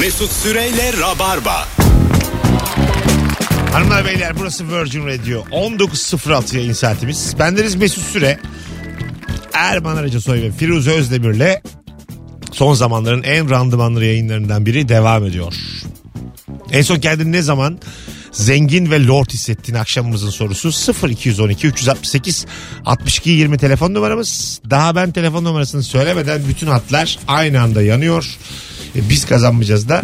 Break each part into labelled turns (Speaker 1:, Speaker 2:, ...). Speaker 1: Mesut Süreyle Rabarba.
Speaker 2: Hanımlar beyler burası Virgin Radio. 19.06 yayın saatimiz. Bendeniz Mesut Süre. Erman Arıca Soy ve Firuze Özdemir'le son zamanların en randımanlı yayınlarından biri devam ediyor. En son kendini ne zaman zengin ve lord hissettiğin akşamımızın sorusu 0212 368 62 20 telefon numaramız. Daha ben telefon numarasını söylemeden bütün hatlar aynı anda yanıyor. E, biz kazanmayacağız da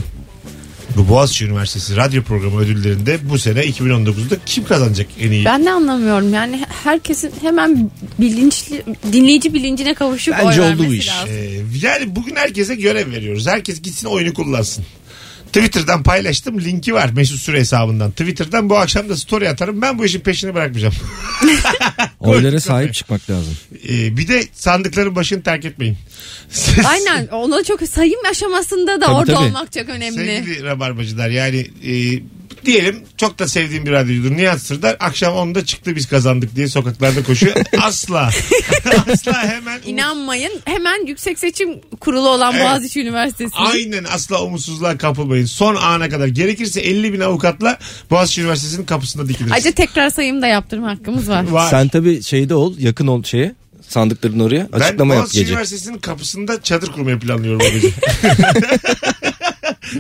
Speaker 2: bu Boğaziçi Üniversitesi radyo programı ödüllerinde bu sene 2019'da kim kazanacak en iyi?
Speaker 3: Ben de anlamıyorum yani herkesin hemen bilinçli dinleyici bilincine kavuşup
Speaker 4: Bence
Speaker 3: oy
Speaker 4: oldu
Speaker 3: vermesi
Speaker 4: bu iş.
Speaker 3: lazım.
Speaker 2: Ee, yani bugün herkese görev veriyoruz. Herkes gitsin oyunu kullansın. Twitter'dan paylaştım linki var Mesut Süre hesabından. Twitter'dan bu akşam da story atarım. Ben bu işin peşini bırakmayacağım.
Speaker 4: Oylara sahip çıkmak lazım.
Speaker 2: Ee, bir de sandıkların başını terk etmeyin.
Speaker 3: Aynen ona çok sayım aşamasında da
Speaker 4: Tabii,
Speaker 3: orada
Speaker 4: tabii.
Speaker 3: olmak çok önemli.
Speaker 2: Sevgili rabarbacılar yani e, diyelim çok da sevdiğim bir radyocudur Nihat Sırdar. Akşam onda çıktı biz kazandık diye sokaklarda koşuyor. Asla. asla hemen.
Speaker 3: İnanmayın hemen Yüksek Seçim Kurulu olan
Speaker 2: Evet.
Speaker 3: Boğaziçi Üniversitesi.
Speaker 2: Aynen asla umutsuzluğa kapılmayın. Son ana kadar gerekirse 50 bin avukatla Boğaziçi Üniversitesi'nin kapısında dikiliriz.
Speaker 3: Ayrıca tekrar sayım da yaptırma hakkımız var.
Speaker 2: Var.
Speaker 4: Sen tabii şeyde ol yakın ol şeye sandıkların oraya açıklama
Speaker 2: ben
Speaker 4: yap
Speaker 2: Boğaziçi
Speaker 4: gece.
Speaker 2: Üniversitesi'nin kapısında çadır kurmayı planlıyorum o gece.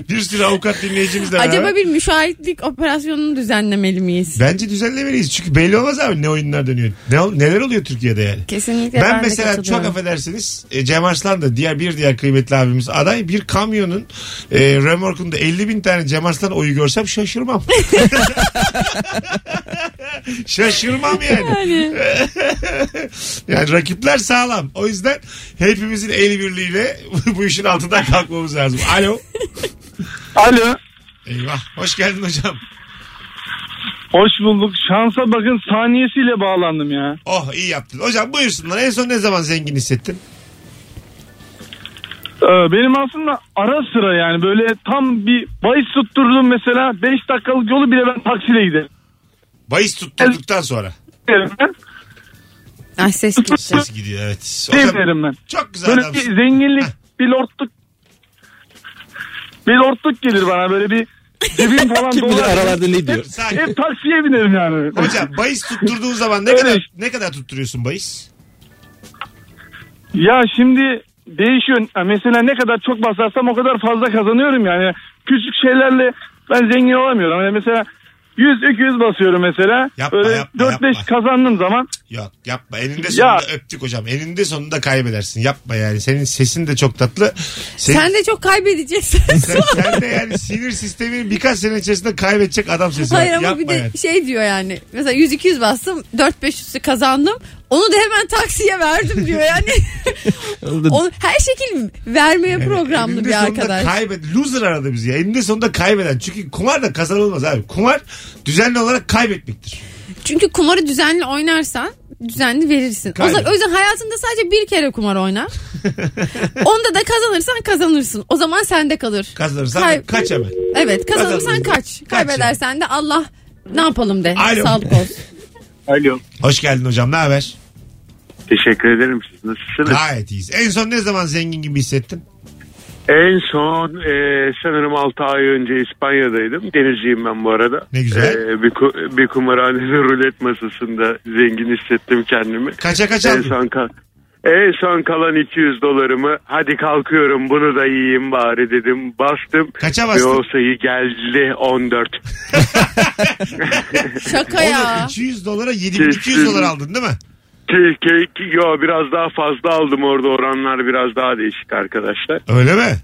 Speaker 2: bir sürü avukat dinleyicimizle beraber.
Speaker 3: Acaba bir müşahitlik operasyonunu düzenlemeli miyiz?
Speaker 2: Bence düzenlemeliyiz. Çünkü belli olmaz abi ne oyunlar dönüyor. Ne, ol- neler oluyor Türkiye'de yani.
Speaker 3: Kesinlikle
Speaker 2: Ben
Speaker 3: de
Speaker 2: mesela çok
Speaker 3: katılıyorum.
Speaker 2: affedersiniz e, Cem Arslan da diğer bir diğer kıymetli abimiz aday bir kamyonun e, remorkunda 50 bin tane Cem Arslan oyu görsem şaşırmam. şaşırmam yani. yani rakipler sağlam. O yüzden hepimizin el birliğiyle bu işin altından kalkmamız lazım. Alo.
Speaker 5: Alo.
Speaker 2: Eyvah. Hoş geldin hocam.
Speaker 5: Hoş bulduk. Şansa bakın saniyesiyle bağlandım ya.
Speaker 2: Oh iyi yaptın. Hocam buyursunlar. En son ne zaman zengin hissettin?
Speaker 5: Ee, benim aslında ara sıra yani böyle tam bir bahis tutturdum mesela 5 dakikalık yolu bile ben taksiyle giderim.
Speaker 2: Bahis tutturduktan sonra.
Speaker 5: Giderim ben.
Speaker 3: Ay ses gitti.
Speaker 2: Ses gidiyor evet. Hocam,
Speaker 5: Giderim ben.
Speaker 2: çok güzel
Speaker 5: Böyle bir
Speaker 2: adamsın.
Speaker 5: zenginlik, bir lordluk bir lordluk gelir bana böyle bir cebim falan
Speaker 4: Kim bilir
Speaker 5: dolar.
Speaker 4: aralarda ne diyor.
Speaker 2: Sakin.
Speaker 5: Hep taksiye binerim yani.
Speaker 2: Hocam bahis tutturduğun zaman ne
Speaker 5: Öyle
Speaker 2: kadar
Speaker 5: işte.
Speaker 2: ne kadar tutturuyorsun bahis?
Speaker 5: Ya şimdi değişiyor. Ya Mesela ne kadar çok basarsam o kadar fazla kazanıyorum yani. Küçük şeylerle ben zengin olamıyorum. Yani mesela 100-200 basıyorum mesela.
Speaker 2: Yapma,
Speaker 5: Böyle
Speaker 2: yapma,
Speaker 5: 4-5
Speaker 2: yapma.
Speaker 5: kazandığım zaman
Speaker 2: Yok yapma eninde sonunda öptük hocam. Eninde sonunda kaybedersin. Yapma yani. Senin sesin de çok tatlı. Senin,
Speaker 3: Sen de çok kaybedeceksin.
Speaker 2: sen, sen de yani sinir sistemini birkaç sene içerisinde kaybedecek adam sesi var.
Speaker 3: Hayır ama
Speaker 2: yapma
Speaker 3: bir de
Speaker 2: yani.
Speaker 3: şey diyor yani. Mesela 100-200 bastım 4-500'ü kazandım. Onu da hemen taksiye verdim diyor yani. Onu her şekil vermeye
Speaker 2: Yani
Speaker 3: programlı
Speaker 2: eninde
Speaker 3: bir
Speaker 2: sonunda
Speaker 3: arkadaş.
Speaker 2: Kaybed loser aradı bizi ya. Eninde sonunda kaybeden. Çünkü kumar da kazanılmaz abi. Kumar düzenli olarak kaybetmektir.
Speaker 3: Çünkü kumarı düzenli oynarsan düzenli verirsin. O
Speaker 2: Kaybeder.
Speaker 3: zaman, o yüzden hayatında sadece bir kere kumar oyna. Onda da kazanırsan kazanırsın. O zaman sende kalır.
Speaker 2: Kazanırsan
Speaker 3: Kay-
Speaker 2: kaç hemen.
Speaker 3: Evet kazanırsan
Speaker 2: Kazanırsın.
Speaker 3: kaç.
Speaker 2: Kaç
Speaker 3: Kaybedersen de Allah ne yapalım de.
Speaker 2: Alo.
Speaker 3: Sağlık olsun.
Speaker 6: Alo.
Speaker 2: Hoş geldin hocam. Ne haber?
Speaker 6: Teşekkür ederim. Siz nasılsınız?
Speaker 2: Gayet iyiyiz. En son ne zaman zengin gibi hissettin?
Speaker 6: En son e, sanırım 6 ay önce İspanya'daydım. Denizciyim ben bu arada.
Speaker 2: Ne güzel.
Speaker 6: E, bir, ku- bir kumarhanede rulet masasında zengin hissettim kendimi.
Speaker 2: Kaça kaç
Speaker 6: En
Speaker 2: aldın?
Speaker 6: son, kal- en son kalan 200 dolarımı hadi kalkıyorum bunu da yiyeyim bari dedim. Bastım.
Speaker 2: Kaça
Speaker 6: Ve
Speaker 2: bastın?
Speaker 6: o sayı geldi 14.
Speaker 3: Şaka ya.
Speaker 2: Oğlum 200 dolara 7200 dolar aldın değil mi?
Speaker 6: Ki, ki, ki, yo biraz daha fazla aldım orada oranlar biraz daha değişik arkadaşlar.
Speaker 2: Öyle mi?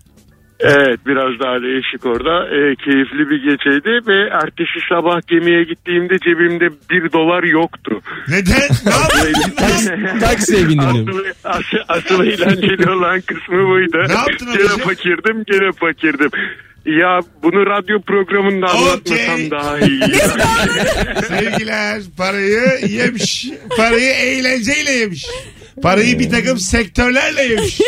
Speaker 6: Evet biraz daha değişik orada. Ee, keyifli bir geceydi ve ertesi sabah gemiye gittiğimde cebimde bir dolar yoktu.
Speaker 2: Neden? Ne yaptın?
Speaker 4: Taksiye bindim.
Speaker 6: asıl, asıl, asıl eğlenceli olan kısmı buydu.
Speaker 2: Ne yaptın
Speaker 6: Gene
Speaker 2: Hatice?
Speaker 6: fakirdim gene fakirdim. Ya bunu radyo programında
Speaker 2: Okey.
Speaker 6: anlatmasam daha iyi.
Speaker 2: Sevgiler parayı yemiş. Parayı eğlenceyle yemiş. Parayı bir takım sektörlerle yemiş.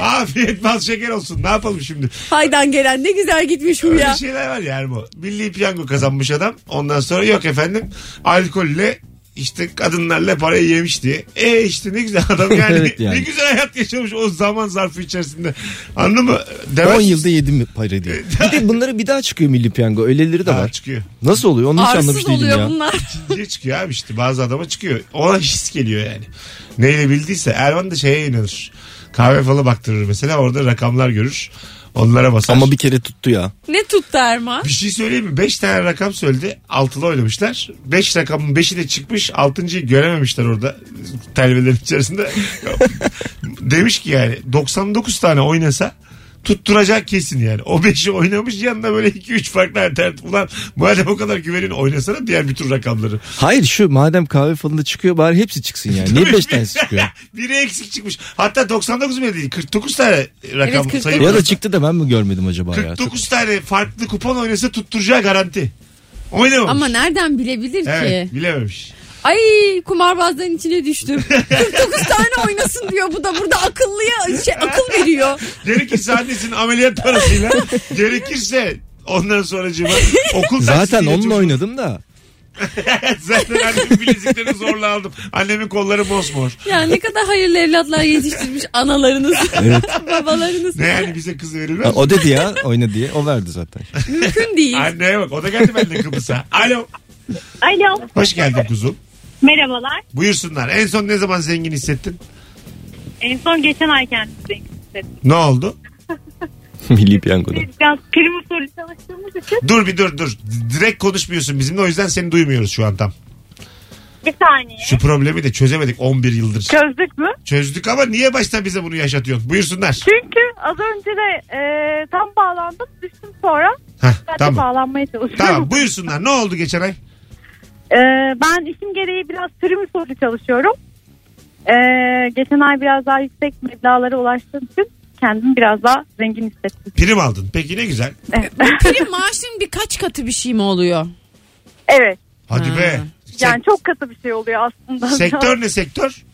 Speaker 2: Afiyet bal şeker olsun. Ne yapalım şimdi?
Speaker 3: Haydan gelen ne güzel gitmiş bu
Speaker 2: Öyle şey-
Speaker 3: ya.
Speaker 2: şeyler var yani bu. Milli piyango kazanmış adam. Ondan sonra yok efendim alkolle işte kadınlarla parayı yemişti. E işte ne güzel adam yani.
Speaker 4: Evet yani.
Speaker 2: Ne güzel hayat yaşamış o zaman zarfı içerisinde. Anladın mı?
Speaker 4: 10 yılda yedim para diye. Bir de bunları bir daha çıkıyor milli piyango. Öyleleri de
Speaker 2: daha
Speaker 4: var.
Speaker 2: çıkıyor.
Speaker 4: Nasıl oluyor? Onu hiç
Speaker 3: Arsız
Speaker 4: anlamış değilim
Speaker 3: oluyor
Speaker 4: ya.
Speaker 3: bunlar.
Speaker 2: Diye çıkıyor abi işte bazı adama çıkıyor. Ona his geliyor yani. Neyle bildiyse Erman da şeye inanır. Kahve falı baktırır mesela orada rakamlar görür. Onlara basar.
Speaker 4: Ama bir kere tuttu ya.
Speaker 3: ne tuttu Erman?
Speaker 2: Bir şey söyleyeyim mi? 5 tane rakam söyledi. Altılı oynamışlar. 5 rakamın 5'i de çıkmış. 6.'yı görememişler orada. Telvelerin içerisinde. Demiş ki yani 99 tane oynasa tutturacak kesin yani. O 5'i oynamış yanına böyle 2-3 farklı alternatif. Ulan madem o kadar güvenin oynasana diğer bütün rakamları.
Speaker 4: Hayır şu madem kahve falında çıkıyor bari hepsi çıksın yani. Niye 5 tanesi çıkıyor?
Speaker 2: Biri eksik çıkmış. Hatta 99 bile değil. 49 tane
Speaker 3: Evet,
Speaker 2: rakam
Speaker 3: 49.
Speaker 2: sayı var.
Speaker 4: ya da çıktı da ben mi görmedim acaba ya?
Speaker 2: 49 tane farklı kupon oynasa tutturacağı garanti. Oynamamış.
Speaker 3: Ama nereden bilebilir
Speaker 2: Evet
Speaker 3: ki?
Speaker 2: bilememiş.
Speaker 3: Ay kumarbazların içine düştüm. 49 tane oynasın diyor bu da burada akıllıya şey, akıl veriyor.
Speaker 2: Gerekirse annesinin ameliyat parasıyla. gerekirse ondan sonracığıma okul
Speaker 4: Zaten
Speaker 2: taksitiyle
Speaker 4: onunla
Speaker 2: çocuk-
Speaker 4: oynadım da.
Speaker 2: Zaten annemin bileziklerini zorla aldım. Annemin kolları mosmor.
Speaker 3: Ya ne kadar hayırlı evlatlar yetiştirmiş analarınız, babalarınız.
Speaker 2: Ne yani bize kız
Speaker 4: Ha,
Speaker 2: verilmez. mi?
Speaker 4: O dedi ya oyna diye. O verdi zaten.
Speaker 3: Mümkün değil.
Speaker 2: Anneye bak o da geldi benden Kıbrıs'a. Alo.
Speaker 7: Alo
Speaker 2: Hoş geldin kuzum.
Speaker 7: merhabalar.
Speaker 2: Buyursunlar. En son ne zaman zengin hissettin?
Speaker 7: En son geçen ay kendisi hissettim.
Speaker 2: Ne oldu?
Speaker 4: milli piyangoda.
Speaker 7: Biraz prim usulü çalıştığımız için
Speaker 2: Dur bir dur dur. Direkt konuşmuyorsun bizimle o yüzden seni duymuyoruz şu an tam.
Speaker 7: bir saniye.
Speaker 2: Şu problemi de çözemedik 11 yıldır.
Speaker 7: Çözdük mü?
Speaker 2: Çözdük ama niye başta bize bunu yaşatıyorsun? Buyursunlar.
Speaker 7: Çünkü az önce de e, tam bağlandım düştüm sonra.
Speaker 2: Heh,
Speaker 7: Ben de
Speaker 2: tamam.
Speaker 7: bağlanmaya çalışıyorum.
Speaker 2: Tamam buyursunlar. Ne oldu geçen ay?
Speaker 7: E, ben işim gereği biraz prim usulü çalışıyorum. E, geçen ay biraz daha yüksek meblağlara ulaştığım için kendimi biraz daha zengin hissettim.
Speaker 2: Prim aldın. Peki ne güzel.
Speaker 3: Prim maaşın birkaç katı bir şey mi oluyor?
Speaker 7: Evet.
Speaker 2: Hadi
Speaker 3: Ha.
Speaker 2: be.
Speaker 7: Yani çok katı bir şey oluyor aslında.
Speaker 2: Sek- sektör ne sektör?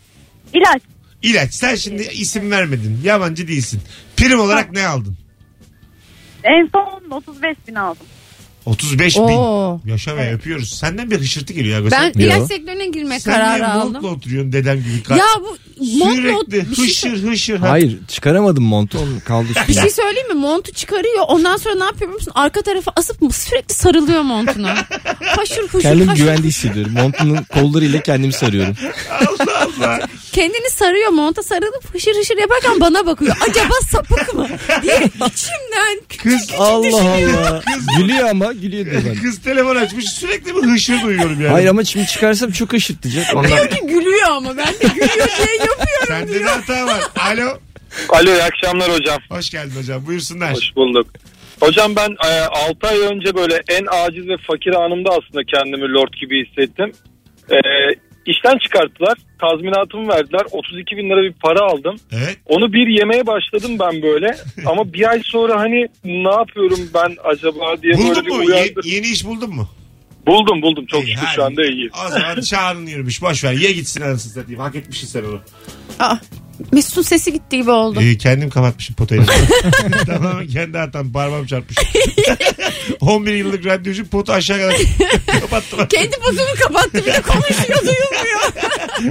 Speaker 7: İlaç.
Speaker 2: İlaç. Sen şimdi isim vermedin. Yabancı değilsin. Prim olarak ne aldın?
Speaker 7: En son 35 bin aldım.
Speaker 2: 35
Speaker 3: Oo.
Speaker 2: bin. Yaşa be öpüyoruz. Senden bir hışırtı geliyor. ya.
Speaker 3: Ben
Speaker 2: Sen-
Speaker 3: ilaç sektörüne girme
Speaker 2: sen niye
Speaker 3: kararı
Speaker 2: montla
Speaker 3: aldım.
Speaker 2: oturuyorsun dedem gibi? Ka-
Speaker 3: Ya bu montla
Speaker 2: Sürekli
Speaker 3: bir şey, sö-
Speaker 2: hışır hışır. Ha,
Speaker 4: Hayır çıkaramadım montu. Onun kaldı
Speaker 3: bir
Speaker 4: üstünde.
Speaker 3: şey söyleyeyim mi? Montu çıkarıyor. Ondan sonra ne yapıyor biliyor musun? Arka tarafa asıp mı- sürekli sarılıyor montuna. Haşır huşur
Speaker 4: Kendimi
Speaker 3: haşır.
Speaker 4: güvende hissediyorum. Montunun kollarıyla kendimi sarıyorum.
Speaker 2: Allah Allah.
Speaker 3: Kendini sarıyor monta sarılıp hışır hışır yaparken bana bakıyor. Acaba sapık mı? diye içimden küçük küçük
Speaker 4: Allah
Speaker 3: düşünüyorum.
Speaker 4: Allah. gülüyor ama gülüyor diyor bana.
Speaker 2: Kız telefon açmış sürekli bir hışır duyuyorum yani.
Speaker 4: Hayır ama şimdi çıkarsam çok ışırtacak. Ondan...
Speaker 3: Diyor ki gülüyor ama ben de gülüyor diye yapıyorum
Speaker 2: Sende
Speaker 3: diyor.
Speaker 2: de hata var. Alo.
Speaker 8: Alo iyi akşamlar hocam.
Speaker 2: Hoş geldin hocam. Buyursunlar.
Speaker 8: Hoş bulduk. Hocam ben 6 ay önce böyle en aciz ve fakir anımda aslında kendimi lord gibi hissettim. E, işten çıkarttılar. Tazminatımı verdiler. 32 bin lira bir para aldım.
Speaker 2: Evet.
Speaker 8: Onu bir yemeye başladım ben böyle. Ama bir ay sonra hani ne yapıyorum ben acaba diye böyle
Speaker 2: Buldun
Speaker 8: bir
Speaker 2: mu? E, Ye-
Speaker 8: uyandım.
Speaker 2: yeni iş buldun mu?
Speaker 8: Buldum buldum. Çok şükür
Speaker 2: hadi.
Speaker 8: şu anda iyi.
Speaker 2: O zaman çağrın yürümüş. Boş ver. Ye gitsin anasını satayım. Hak etmişsin sen onu.
Speaker 3: Aa, Mesut'un sesi gitti gibi oldu.
Speaker 2: Ee, kendim kapatmışım potayı. Tamamen kendi hatam parmağım çarpmış. 11 yıllık radyocu potu aşağı kadar kapattım.
Speaker 3: Kendi pozumu kapattı bir de konuşuyor duyulmuyor.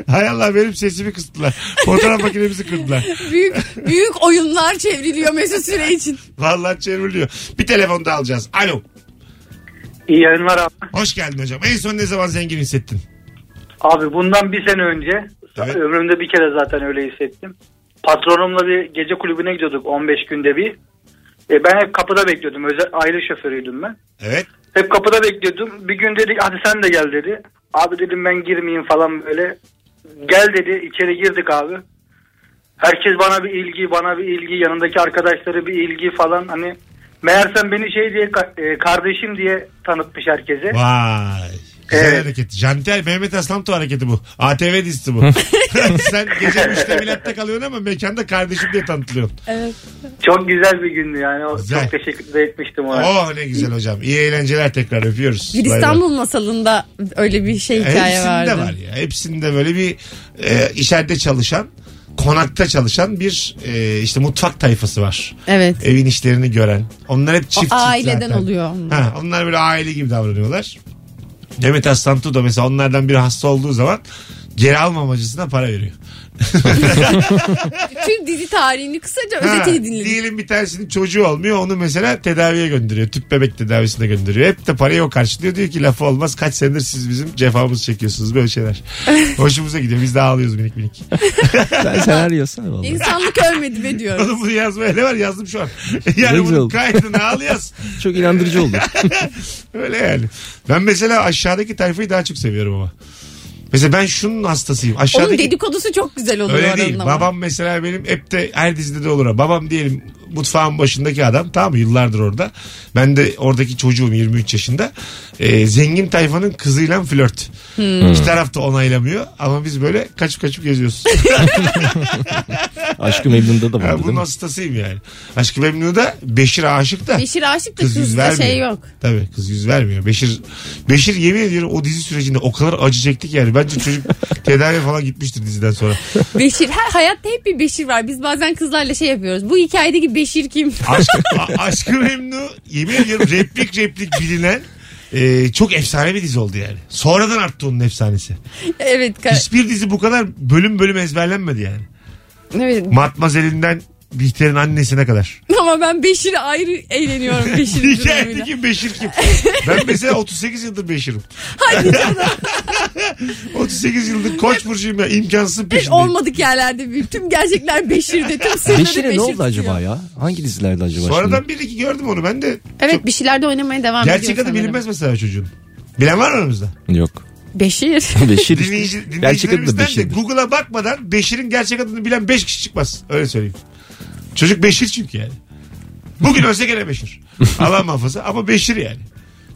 Speaker 2: Hay Allah benim sesimi kıstılar. Fotoğraf makinemizi kırdılar.
Speaker 3: büyük büyük oyunlar çevriliyor Mesut Süre için.
Speaker 2: Vallahi çevriliyor. Bir telefon daha alacağız. Alo.
Speaker 9: İyi yayınlar abi.
Speaker 2: Hoş geldin hocam. En son ne zaman zengin hissettin?
Speaker 9: Abi bundan bir sene önce
Speaker 2: Evet.
Speaker 9: ömrümde bir kere zaten öyle hissettim. Patronumla bir gece kulübüne gidiyorduk 15 günde bir. E, ben hep kapıda bekliyordum. Özel aile şoförüydüm ben.
Speaker 2: Evet.
Speaker 9: Hep kapıda bekliyordum. Bir gün dedi hadi sen de gel dedi. Abi dedim ben girmeyeyim falan böyle. Gel dedi içeri girdik abi. Herkes bana bir ilgi bana bir ilgi yanındaki arkadaşları bir ilgi falan hani. Meğersem beni şey diye ka- e, kardeşim diye tanıtmış herkese.
Speaker 2: Vay. Güzel
Speaker 9: Evet.
Speaker 2: hareket. Jantel Mehmet Aslanto hareketi bu. ATV dizisi bu. Sen gece müştemilatta kalıyorsun ama mekanda kardeşim diye tanıtılıyorsun.
Speaker 9: Çok güzel bir gündü yani. O-
Speaker 2: Güzel.
Speaker 9: Çok teşekkür de etmiştim ona.
Speaker 2: Oh ne güzel hocam. İyi eğlenceler tekrar öpüyoruz.
Speaker 3: Bir
Speaker 2: Bay bay.
Speaker 3: İstanbul masalında öyle bir şey hikaye
Speaker 2: E, Hepsinde
Speaker 3: vardı.
Speaker 2: var ya. Hepsinde böyle bir e, içeride çalışan, konakta çalışan bir e, işte mutfak tayfası var.
Speaker 3: Evet.
Speaker 2: Evin işlerini gören. Onlar hep çift çift
Speaker 3: aileden
Speaker 2: zaten.
Speaker 3: oluyor onlar.
Speaker 2: Ha, onlar böyle aile gibi davranıyorlar. Mehmet Aslantu da mesela onlardan biri hasta olduğu zaman geri almamacısına para veriyor.
Speaker 3: Tüm dizi tarihini kısaca
Speaker 2: Ha,
Speaker 3: özetini dinledim.
Speaker 2: diyelim bir tanesinin çocuğu olmuyor onu mesela tedaviye gönderiyor. Tüp bebek tedavisine gönderiyor. Hep de parayı o karşılıyor. Diyor ki lafı olmaz kaç senedir siz bizim cefamızı çekiyorsunuz böyle şeyler. Hoşumuza gidiyor biz de ağlıyoruz minik minik.
Speaker 4: Sen senaryosun vallahi.
Speaker 3: İnsanlık ölmedi be diyorum.
Speaker 2: Oğlum bunu yazmaya ne var yazdım şu an.
Speaker 4: Ne
Speaker 2: yani
Speaker 4: güzel
Speaker 2: bunun
Speaker 4: oldu.
Speaker 2: kaydını al yaz.
Speaker 4: Çok inandırıcı oldu.
Speaker 2: Öyle yani. Ben mesela aşağıdaki tayfayı daha çok seviyorum ama. Mesela ben şunun hastasıyım.
Speaker 3: Onun
Speaker 2: Aşağıdaki
Speaker 3: dedikodusu çok güzel oluyor
Speaker 2: Öyle
Speaker 3: aranın
Speaker 2: değil.
Speaker 3: ama.
Speaker 2: Babam mesela benim hep de her dizide de olur. ha. Babam diyelim mutfağın başındaki adam tamam mı yıllardır orada. Ben de oradaki çocuğum 23 yaşında. Ee, zengin tayfanın kızıyla flört.
Speaker 3: Hmm.
Speaker 2: İki taraf da onaylamıyor ama biz böyle kaçıp kaçıp geziyoruz.
Speaker 4: Aşkı Memnun'da da
Speaker 2: Ha,
Speaker 4: vardı değil
Speaker 2: bunun
Speaker 4: mi?
Speaker 2: hastasıyım yani. Aşkı Memnu'da Beşir aşık da.
Speaker 3: Beşir Aşık da
Speaker 2: Kız yüz
Speaker 3: kızda
Speaker 2: vermiyor.
Speaker 3: şey yok.
Speaker 2: Tabii kız yüz vermiyor. Beşir Beşir yemin ediyorum o dizi sürecinde o kadar acı çektik yani. Bence çocuk tedavi falan gitmiştir diziden sonra.
Speaker 3: Beşir her hayatta hep bir Beşir var. Biz bazen kızlarla şey yapıyoruz. Bu hikayedeki Beşir kim?
Speaker 2: Aşk, A- Aşkı Memnu yemin ediyorum replik replik bilinen e, çok efsane bir dizi oldu yani. Sonradan arttı onun efsanesi.
Speaker 3: evet. ka-
Speaker 2: Hiçbir dizi bu kadar bölüm bölüm ezberlenmedi yani.
Speaker 3: evet.
Speaker 2: Matmazel'inden Bihter'in annesine kadar.
Speaker 3: Ama ben Beşir'e ayrı eğleniyorum Beşir'in durumuyla.
Speaker 2: Hikayedeki Beşir kim? Ben mesela 38 yıldır Beşir'im.
Speaker 3: Hadi canım.
Speaker 2: 38 yıldır koç burcuyum ya imkansız
Speaker 3: Hiç
Speaker 2: peşindeyim.
Speaker 3: olmadık yerlerde bir. Tüm gerçekler Beşir'de. Tüm sırları Beşir'de.
Speaker 4: Beşir'e ne oldu acaba ya? Hangi dizilerde acaba
Speaker 2: Sonradan bir iki gördüm onu ben de.
Speaker 3: Evet bir şeylerde oynamaya devam ediyor.
Speaker 2: Gerçek adı
Speaker 3: sanırım.
Speaker 2: bilinmez mesela çocuğun. Bilen var mı aramızda?
Speaker 4: şimdi? Yok.
Speaker 3: Beşir.
Speaker 4: Beşir işte.
Speaker 2: Dinleyici,
Speaker 4: Gerçek adı da
Speaker 2: dinleyicilerimizden de
Speaker 4: Beşir'dir.
Speaker 2: Google'a bakmadan Beşir'in gerçek adını bilen 5 kişi çıkmaz. Öyle söyleyeyim. Çocuk Beşir çünkü yani. Bugün ölse gene Beşir. Allah muhafaza ama Beşir yani.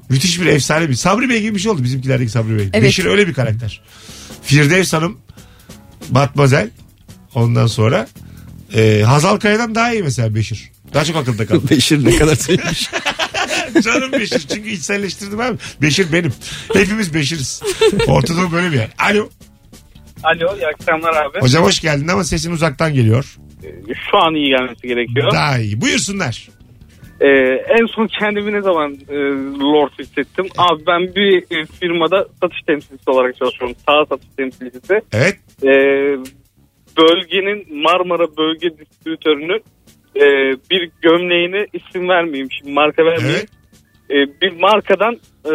Speaker 2: Müthiş bir efsane bir. Sabri Bey gibi bir şey oldu bizimkilerdeki Sabri Bey.
Speaker 3: Evet.
Speaker 2: Beşir öyle bir karakter. Firdevs Hanım, Batmazel ondan sonra e, Hazal Kaya'dan daha iyi mesela Beşir. Daha çok akılda kaldı.
Speaker 4: Beşir ne kadar sevmiş.
Speaker 2: Canım Beşir çünkü içselleştirdim abi. Beşir benim. Hepimiz Beşiriz. Ortada böyle bir yer. Alo.
Speaker 10: Alo iyi akşamlar abi.
Speaker 2: Hocam hoş geldin ama sesin uzaktan geliyor.
Speaker 10: Ee, Şu an iyi gelmesi gerekiyor.
Speaker 2: Daha iyi. Buyursunlar. E,
Speaker 10: Ee, en son kendimi ne zaman e, lord hissettim? Abi ben bir e, firmada satış temsilcisi olarak çalışıyorum. Sağ satış temsilcisi.
Speaker 2: Evet.
Speaker 10: Ee, bölgenin Marmara Bölge Distribütörü'nün e, bir gömleğini isim vermeyeyim şimdi marka vermeyeyim.
Speaker 2: Evet.
Speaker 10: e, bir markadan e,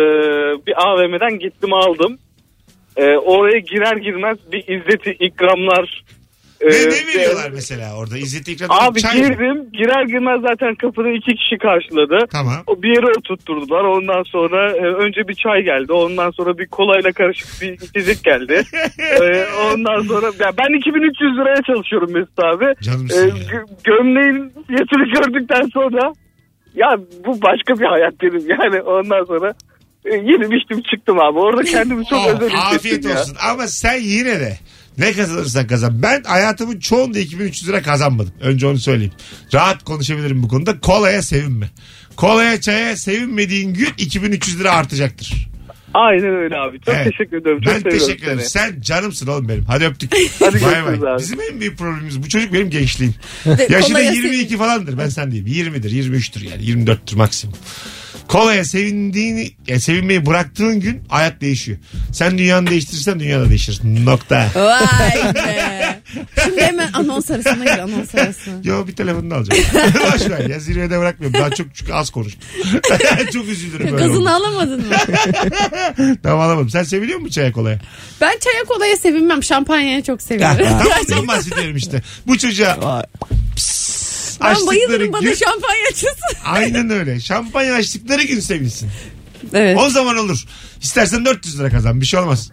Speaker 10: bir AVM'den gittim aldım. E, oraya girer girmez bir izzeti ikramlar. e,
Speaker 2: ne, ne
Speaker 10: ve-
Speaker 2: veriyorlar mesela orada? İzzet İkram
Speaker 10: Abi
Speaker 2: çay mı?
Speaker 10: girdim girer girmez zaten kapıda iki kişi karşıladı.
Speaker 2: Tamam.
Speaker 10: O bir yere oturtturdular. Ondan sonra e, önce bir çay geldi. Ondan sonra bir kolayla karışık bir içecek geldi. E, ondan sonra ya ben 2300 liraya çalışıyorum Mesut abi.
Speaker 2: Canımsın
Speaker 10: E,
Speaker 2: ya.
Speaker 10: gö- gömleğin fiyatını gördükten sonra ya bu başka bir hayat dedim yani. Ondan sonra e, yedim içtim çıktım abi. Orada kendimi çok
Speaker 2: Oh,
Speaker 10: özel hissettim
Speaker 2: afiyet
Speaker 10: ya.
Speaker 2: olsun. Ama sen yine de ne kazanırsan kazan. Ben hayatımın çoğunda 2300 lira kazanmadım. Önce onu söyleyeyim. Rahat konuşabilirim bu konuda. Kolaya sevinme. Kolaya çaya sevinmediğin gün 2300 lira artacaktır.
Speaker 10: Aynen öyle abi. Çok
Speaker 2: Evet.
Speaker 10: teşekkür ederim. Çok
Speaker 2: Ben
Speaker 10: seviyorum
Speaker 2: teşekkür ederim.
Speaker 10: seni.
Speaker 2: Sen canımsın oğlum benim. Hadi öptük.
Speaker 10: Hadi
Speaker 2: Bay
Speaker 10: görüşürüz
Speaker 2: bay.
Speaker 10: abi.
Speaker 2: Bizim en büyük problemimiz bu çocuk benim gençliğim.
Speaker 3: Ve
Speaker 2: Yaşı da
Speaker 3: kolaya
Speaker 2: 22
Speaker 3: sevin-
Speaker 2: falandır. Ben sen diyeyim. 20'dir, 23'tür yani. 24'tür maksimum. Kolaya sevindiğini, ya sevinmeyi bıraktığın gün hayat değişiyor. Sen dünyanı değiştirirsen dünya da değişir. Nokta.
Speaker 3: Vay be. Şimdi hemen anons arasına gir anons arasına.
Speaker 2: Yo bir telefonunu alacağım. Boş ver ya zirvede bırakmıyorum. Daha çok çünkü az konuştum. çok üzülürüm böyle.
Speaker 3: Gazını
Speaker 2: oldu.
Speaker 3: alamadın mı?
Speaker 2: Tamam alamadım. Sen seviniyor musun çaya kolaya?
Speaker 3: Ben çaya kolaya sevinmem. Şampanyaya çok
Speaker 2: Ya,
Speaker 3: seviyorum.
Speaker 2: tamam bundan bahsediyorum işte. Bu çocuğa
Speaker 4: Vay.
Speaker 3: ben
Speaker 2: açtıkları
Speaker 3: bayılırım
Speaker 2: gün.
Speaker 3: bana şampanya açılsın.
Speaker 2: Aynen öyle. Şampanya açtıkları gün sevinsin.
Speaker 3: Evet.
Speaker 2: O zaman olur. İstersen 400 lira kazan. Bir şey olmaz.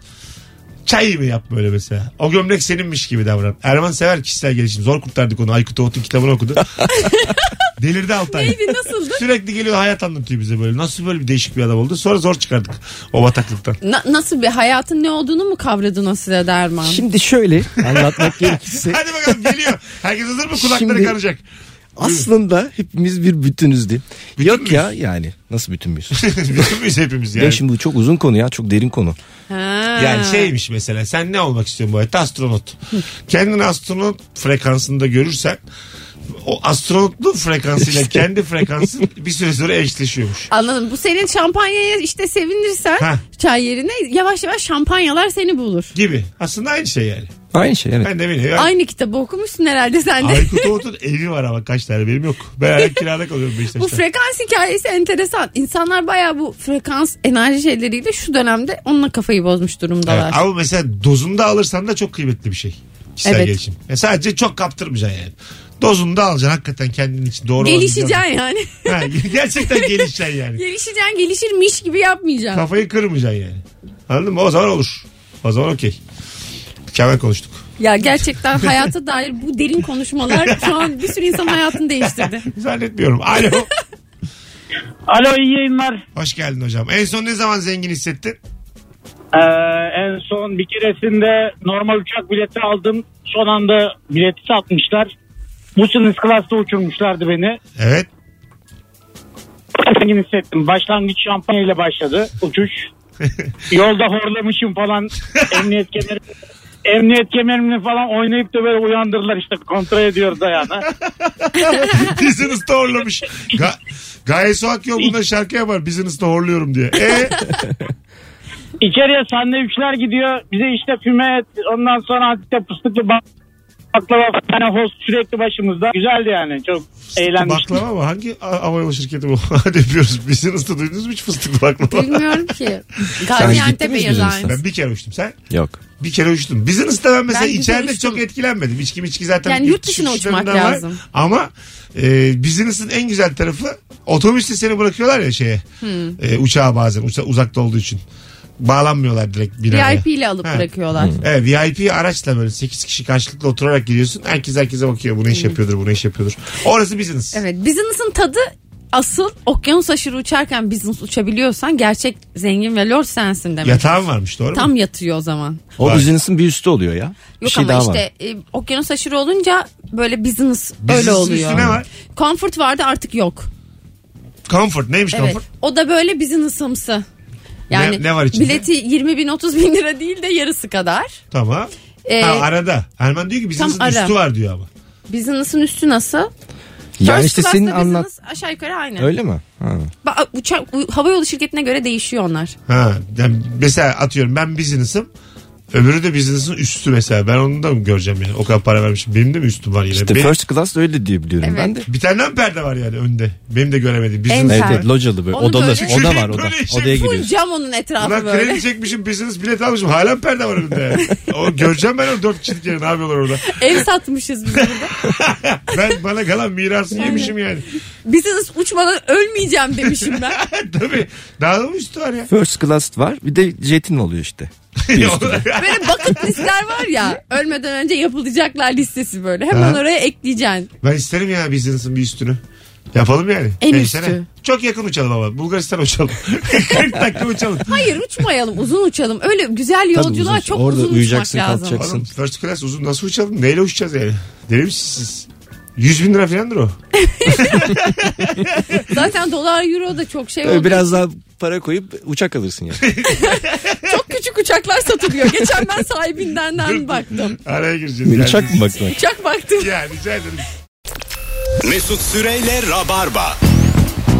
Speaker 2: Çay mı yap böyle mesela? O gömlek seninmiş gibi davran. Erman sever kişisel gelişim. Zor kurtardık onu. Aykut Oğut'un kitabını okudu. Delirdi Altay.
Speaker 3: Neydi nasıldı?
Speaker 2: Sürekli geliyor hayat anlatıyor bize böyle. Nasıl böyle bir değişik bir adam oldu. Sonra zor çıkardık o bataklıktan.
Speaker 3: Na- nasıl bir hayatın ne olduğunu mu kavradın o sırada Erman?
Speaker 4: Şimdi şöyle anlatmak gerekirse
Speaker 2: Hadi bakalım geliyor. Herkes hazır mı? Kulakları
Speaker 4: Şimdi-
Speaker 2: kanacak.
Speaker 4: aslında hepimiz bir bütünüzdü.
Speaker 2: Bütün
Speaker 4: Yok
Speaker 2: müyüz?
Speaker 4: ya yani nasıl bütün müyüz?
Speaker 2: Bütün biz hepimiz
Speaker 4: Ya
Speaker 2: yani.
Speaker 4: şimdi bu çok uzun konu ya çok derin konu.
Speaker 3: Ha.
Speaker 2: Yani şeymiş mesela sen ne olmak istiyorsun bu hayatta astronot. Kendini astronot frekansında görürsen o astronotluğun frekansıyla kendi frekansı bir süre sonra eşleşiyormuş.
Speaker 3: Anladım. Bu senin şampanyaya işte sevinirsen
Speaker 2: Ha.
Speaker 3: çay yerine yavaş yavaş şampanyalar seni bulur.
Speaker 2: Gibi. Aslında aynı şey yani.
Speaker 4: Aynı şey evet.
Speaker 2: Ben de bilmiyorum.
Speaker 3: Aynı kitabı okumuşsun herhalde sen de.
Speaker 2: Aykut Oğut'un evi var ama kaç tane benim yok. Ben hala kirada kalıyorum
Speaker 3: Bu
Speaker 2: Beşiktaş'ta.
Speaker 3: frekans hikayesi enteresan. İnsanlar bayağı bu frekans enerji şeyleriyle şu dönemde onunla kafayı bozmuş
Speaker 2: Evet,
Speaker 3: durumdalar.
Speaker 2: ama mesela dozunda alırsan da çok kıymetli bir şey. Kişisel
Speaker 3: Evet.
Speaker 2: gelişim. Ya sadece çok kaptırmayacaksın yani. Dozunda alacaksın hakikaten kendin için doğru olanı
Speaker 3: Gelişeceksin yani.
Speaker 2: biliyorsun. Ha, gerçekten gelişeceksin yani.
Speaker 3: Gelişeceksin gelişirmiş gibi yapmayacaksın.
Speaker 2: Kafayı kırmayacaksın yani. Anladın mı? O zaman olur. O zaman okey. Mükemmel konuştuk.
Speaker 3: Ya gerçekten hayata dair bu derin konuşmalar şu an bir sürü insanın hayatını değiştirdi.
Speaker 2: Zannetmiyorum. Alo.
Speaker 5: Alo iyi yayınlar.
Speaker 2: Hoş geldin hocam. En son ne zaman zengin hissettin?
Speaker 5: Ee, en son bir keresinde normal uçak bileti aldım. Son anda bileti satmışlar. Business class'ta uçurmuşlardı beni.
Speaker 2: Evet.
Speaker 5: Zengin hissettim. Başlangıç şampanya ile başladı uçuş. Yolda horlamışım falan. Emniyet kemeri Emniyet kemerimle falan oynayıp da böyle uyandırırlar işte kontrol ediyoruz ayağını.
Speaker 2: Business'ta horlamış. Ga Gaye Su Akyol bunda şarkı yapar. Business'ta horluyorum diye. E
Speaker 5: İçeriye sandviçler gidiyor. Bize işte füme et. Ondan sonra antite fıstıklı bak- baklava yani host sürekli başımızda. Güzeldi yani. Çok eğlenmiştim.
Speaker 2: baklava mı? Hangi a- havayolu şirketi bu? Hadi yapıyoruz. Business'ta duydunuz mu hiç fıstıklı baklava?
Speaker 3: Bilmiyorum ki.
Speaker 4: gittin
Speaker 3: Gaziantep'e
Speaker 4: mi
Speaker 3: yazan.
Speaker 4: Bizans'a?
Speaker 2: Ben bir kere uçtum. Sen?
Speaker 4: Yok.
Speaker 2: Bir kere uçtum. Business'ta ben mesela
Speaker 3: Ben güzel
Speaker 2: içeride
Speaker 3: uçtum.
Speaker 2: çok etkilenmedim. İçki içki zaten
Speaker 3: Yani yurt dışına
Speaker 2: uçuş
Speaker 3: uçmak
Speaker 2: uçlarından var.
Speaker 3: lazım.
Speaker 2: Ama e, business'ın en güzel tarafı otobüste seni bırakıyorlar ya şeye.
Speaker 3: Hmm.
Speaker 2: E, uçağa bazen uça- uzakta olduğu için. Bağlanmıyorlar direkt binaya.
Speaker 3: VIP ile alıp
Speaker 2: Ha. Hmm.
Speaker 3: bırakıyorlar.
Speaker 2: Evet VIP araçla böyle 8 kişi karşılıklı oturarak gidiyorsun. Herkes herkese bakıyor. Bu ne iş yapıyordur, bu ne iş yapıyordur. Orası business.
Speaker 3: Hmm. Evet business'ın tadı asıl okyanus aşırı uçarken business uçabiliyorsan gerçek zengin ve lord sensin demek.
Speaker 2: Yatağın varmış doğru mu?
Speaker 3: Tam yatıyor o zaman.
Speaker 4: O
Speaker 2: Var.
Speaker 4: business'ın bir üstü oluyor ya. bir
Speaker 3: Yok
Speaker 4: şey
Speaker 3: ama
Speaker 4: daha var.
Speaker 3: işte e, okyanus aşırı olunca böyle business,
Speaker 2: Business'ın
Speaker 3: öyle oluyor.
Speaker 2: üstüne var.
Speaker 3: Comfort vardı artık yok.
Speaker 2: Comfort neymiş
Speaker 3: Evet.
Speaker 2: comfort?
Speaker 3: O da böyle business'ımsı. Yani
Speaker 2: Ne- ne var içinde?
Speaker 3: bileti 20 bin 30 bin lira değil de yarısı kadar.
Speaker 2: Tamam.
Speaker 3: Ee,
Speaker 2: ha, arada. Erman diyor ki business'ın
Speaker 3: ara.
Speaker 2: üstü var diyor ama.
Speaker 3: Business'ın üstü nasıl?
Speaker 4: Yani
Speaker 3: First
Speaker 4: işte
Speaker 3: class'ta
Speaker 4: senin anlat.
Speaker 3: business Aşağı yukarı aynı.
Speaker 4: Öyle mi? Ha.
Speaker 3: Ba- uçak, u- havayolu şirketine göre değişiyor onlar.
Speaker 2: Ha, yani mesela atıyorum ben business'ım. Öbürü de business'ın üstü mesela. Ben onu da mı göreceğim yani? O kadar para vermişim. Benim de mi üstüm var yine?
Speaker 4: İşte
Speaker 2: Benim-
Speaker 4: first class da öyle diye biliyorum
Speaker 3: Evet.
Speaker 4: ben de.
Speaker 2: Bir tane daha mı perde var yani önde? Benim de göremediğim.
Speaker 3: En
Speaker 2: Business.
Speaker 4: Evet,
Speaker 3: Sen-
Speaker 4: evet localı böyle
Speaker 3: Onu
Speaker 4: odalı.
Speaker 3: böyle-
Speaker 4: Oda var oda.
Speaker 2: Böyle şey,
Speaker 4: Odaya
Speaker 3: Full
Speaker 4: giriyorsun.
Speaker 3: cam onun etrafı
Speaker 2: Ulan
Speaker 3: böyle.
Speaker 2: kredi çekmişim business bilet almışım. Hala mı perde var önümde yani? o, göreceğim ben onu dört kişilik yeri. Ne yapıyorlar orada?
Speaker 3: Ev satmışız biz burada.
Speaker 2: Ben bana kalan mirası yemişim yani.
Speaker 3: Business uçmadan ölmeyeceğim demişim ben.
Speaker 2: Tabii. Daha da mı üstü var ya?
Speaker 4: First class var bir de jetin oluyor işte. Bir üstü de.
Speaker 3: Böyle bucket listeler var ya. Ölmeden önce yapılacaklar listesi böyle. Hemen
Speaker 2: Ha.
Speaker 3: oraya ekleyeceksin.
Speaker 2: ben isterim ya business'ın bir üstünü. Yapalım yani.
Speaker 3: En
Speaker 2: Hey,
Speaker 3: üstü.
Speaker 2: sene. Çok yakın uçalım ama. Bulgaristan uçalım. 40 dakika uçalım.
Speaker 3: Hayır uçmalım uzun uçalım. Öyle güzel yolculuğa
Speaker 4: uzun.
Speaker 3: çok
Speaker 4: Orada
Speaker 3: uzun
Speaker 4: uyuyacaksın,
Speaker 3: uçmak lazım.
Speaker 4: kalkacaksın.
Speaker 2: Oğlum first class uzun nasıl uçalım? Neyle uçacağız yani? Deli misiniz siz? 100 bin lira filandır o.
Speaker 3: Zaten dolar euro da çok şey
Speaker 4: Böyle
Speaker 3: oldu.
Speaker 4: biraz daha para koyup uçak alırsın yani.
Speaker 3: Çok küçük uçaklar satılıyor. Geçen ben sahibindenden baktım.
Speaker 2: Araya gireceğiz. Yani.
Speaker 4: uçak mı bakmak?
Speaker 3: Uçak baktım.
Speaker 2: Ya rica ederim.
Speaker 1: Mesut Süreyle Rabarba.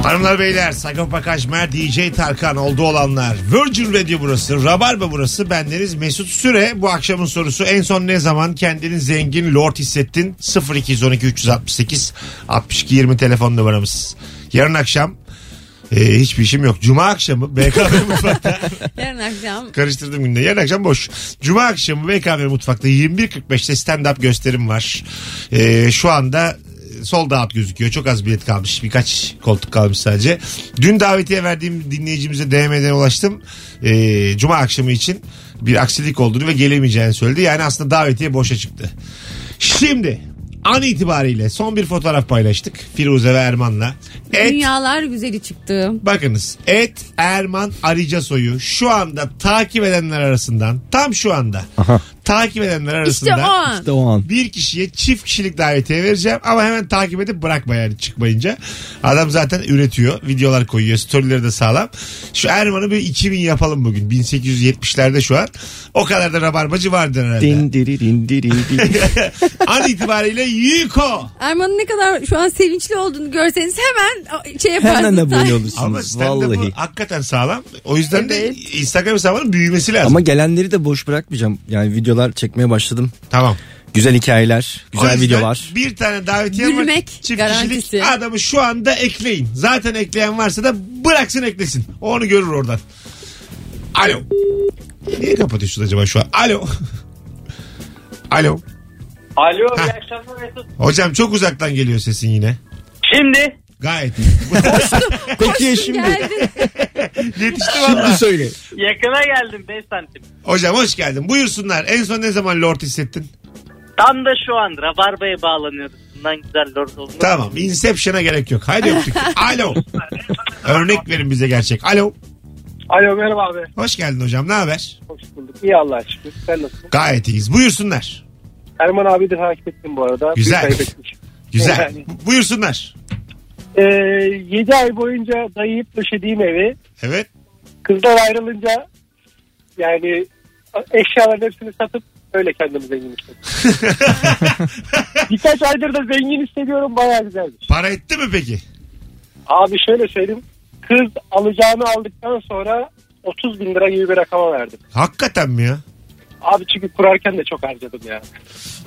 Speaker 2: Hanımlar beyler Sagopa Kajmer DJ Tarkan oldu olanlar Virgin Radio burası Rabarba burası bendeniz Mesut Süre bu akşamın sorusu en son ne zaman kendini zengin lord hissettin 0212 368 62 20 telefon numaramız yarın akşam e, hiçbir işim yok cuma akşamı BKM mutfakta
Speaker 3: Yarın akşam
Speaker 2: karıştırdım günde yarın akşam boş cuma akşamı BKM mutfakta 21.45'te stand up gösterim var E, şu anda sol dağıt gözüküyor. Çok az bilet kalmış. Birkaç koltuk kalmış sadece. Dün davetiye verdiğim dinleyicimize DM'den ulaştım. Ee, Cuma akşamı için bir aksilik olduğunu ve gelemeyeceğini söyledi. Yani aslında davetiye boşa çıktı. Şimdi an itibariyle son bir fotoğraf paylaştık. Firuze ve Erman'la. Et,
Speaker 3: dünyalar güzeli çıktı.
Speaker 2: bakınız. Et Erman Arıca soyu şu anda takip edenler arasından tam şu anda takip edenler arasında
Speaker 3: İşte o an.
Speaker 4: İşte o an.
Speaker 2: bir kişiye çift kişilik davetiye vereceğim ama hemen takip edip bırakma yani çıkmayınca. Adam zaten üretiyor. Videolar koyuyor. Storyleri de sağlam. Şu Erman'ı bir 2000 yapalım bugün. 1870'lerde şu an. O kadar da rabarbacı vardır herhalde.
Speaker 4: Din diririn dirin din.
Speaker 2: An itibariyle Yuko.
Speaker 3: Erman'ın ne kadar şu an sevinçli olduğunu görseniz hemen şey
Speaker 4: Hemen
Speaker 3: yaparsınız.
Speaker 4: abone
Speaker 2: Ama
Speaker 4: olursunuz.
Speaker 2: stand-up'ı
Speaker 4: Vallahi.
Speaker 2: hakikaten sağlam. O yüzden
Speaker 3: Evet.
Speaker 2: de Instagram hesabının büyümesi lazım.
Speaker 4: Ama gelenleri de boş bırakmayacağım. Yani videolar çekmeye başladım.
Speaker 2: Tamam.
Speaker 4: Güzel hikayeler,
Speaker 2: O
Speaker 4: güzel
Speaker 2: yüzden
Speaker 4: videolar.
Speaker 2: Bir tane davetiye var.
Speaker 3: Gülmek
Speaker 2: Çift
Speaker 3: garantisi.
Speaker 2: kişilik adamı şu anda ekleyin. Zaten ekleyen varsa da bıraksın eklesin. O Onu görür oradan. Alo. Niye kapatıyorsun acaba şu an? Alo. Alo.
Speaker 5: Alo
Speaker 2: iyi
Speaker 5: akşamlar Mesut.
Speaker 2: Hocam çok uzaktan geliyor sesin yine.
Speaker 5: Şimdi
Speaker 2: Gayet.
Speaker 4: Peki ya şimdi.
Speaker 3: Geldi.
Speaker 2: Yetişti valla.
Speaker 4: söyle.
Speaker 5: yakına geldim 5 santim.
Speaker 2: Hocam hoş geldin. Buyursunlar. En son ne zaman lord hissettin?
Speaker 5: Tam da şu an Rabarba'ya bağlanıyoruz. Bundan güzel lord olmaz.
Speaker 2: Tamam. Inception'a gerek yok. Haydi öptük. Alo. Örnek verin bize gerçek. Alo.
Speaker 5: Alo merhaba abi.
Speaker 2: Hoş geldin hocam. Ne haber?
Speaker 5: Hoş bulduk. İyi Allah'a şükür. Sen nasılsın?
Speaker 2: Gayet iyiyiz. Buyursunlar.
Speaker 5: Erman abi de takip ettim bu arada.
Speaker 2: Güzel.
Speaker 5: Bir kaybetmiş.
Speaker 2: Güzel.
Speaker 5: Yani.
Speaker 2: Bu- Buyursunlar.
Speaker 5: Ee, 7 ay boyunca dayayıp döşediğim evi
Speaker 2: Evet.
Speaker 5: kızlar ayrılınca yani eşyaların hepsini satıp öyle kendimi zengin istedim. Birkaç aydır da zengin hissediyorum bayağı güzelmiş.
Speaker 2: Para etti mi peki?
Speaker 5: Abi şöyle söyleyeyim. Kız alacağını aldıktan sonra 30 bin lira gibi bir rakama verdim.
Speaker 2: Hakikaten mi ya?
Speaker 5: Abi çünkü kurarken de çok harcadım ya.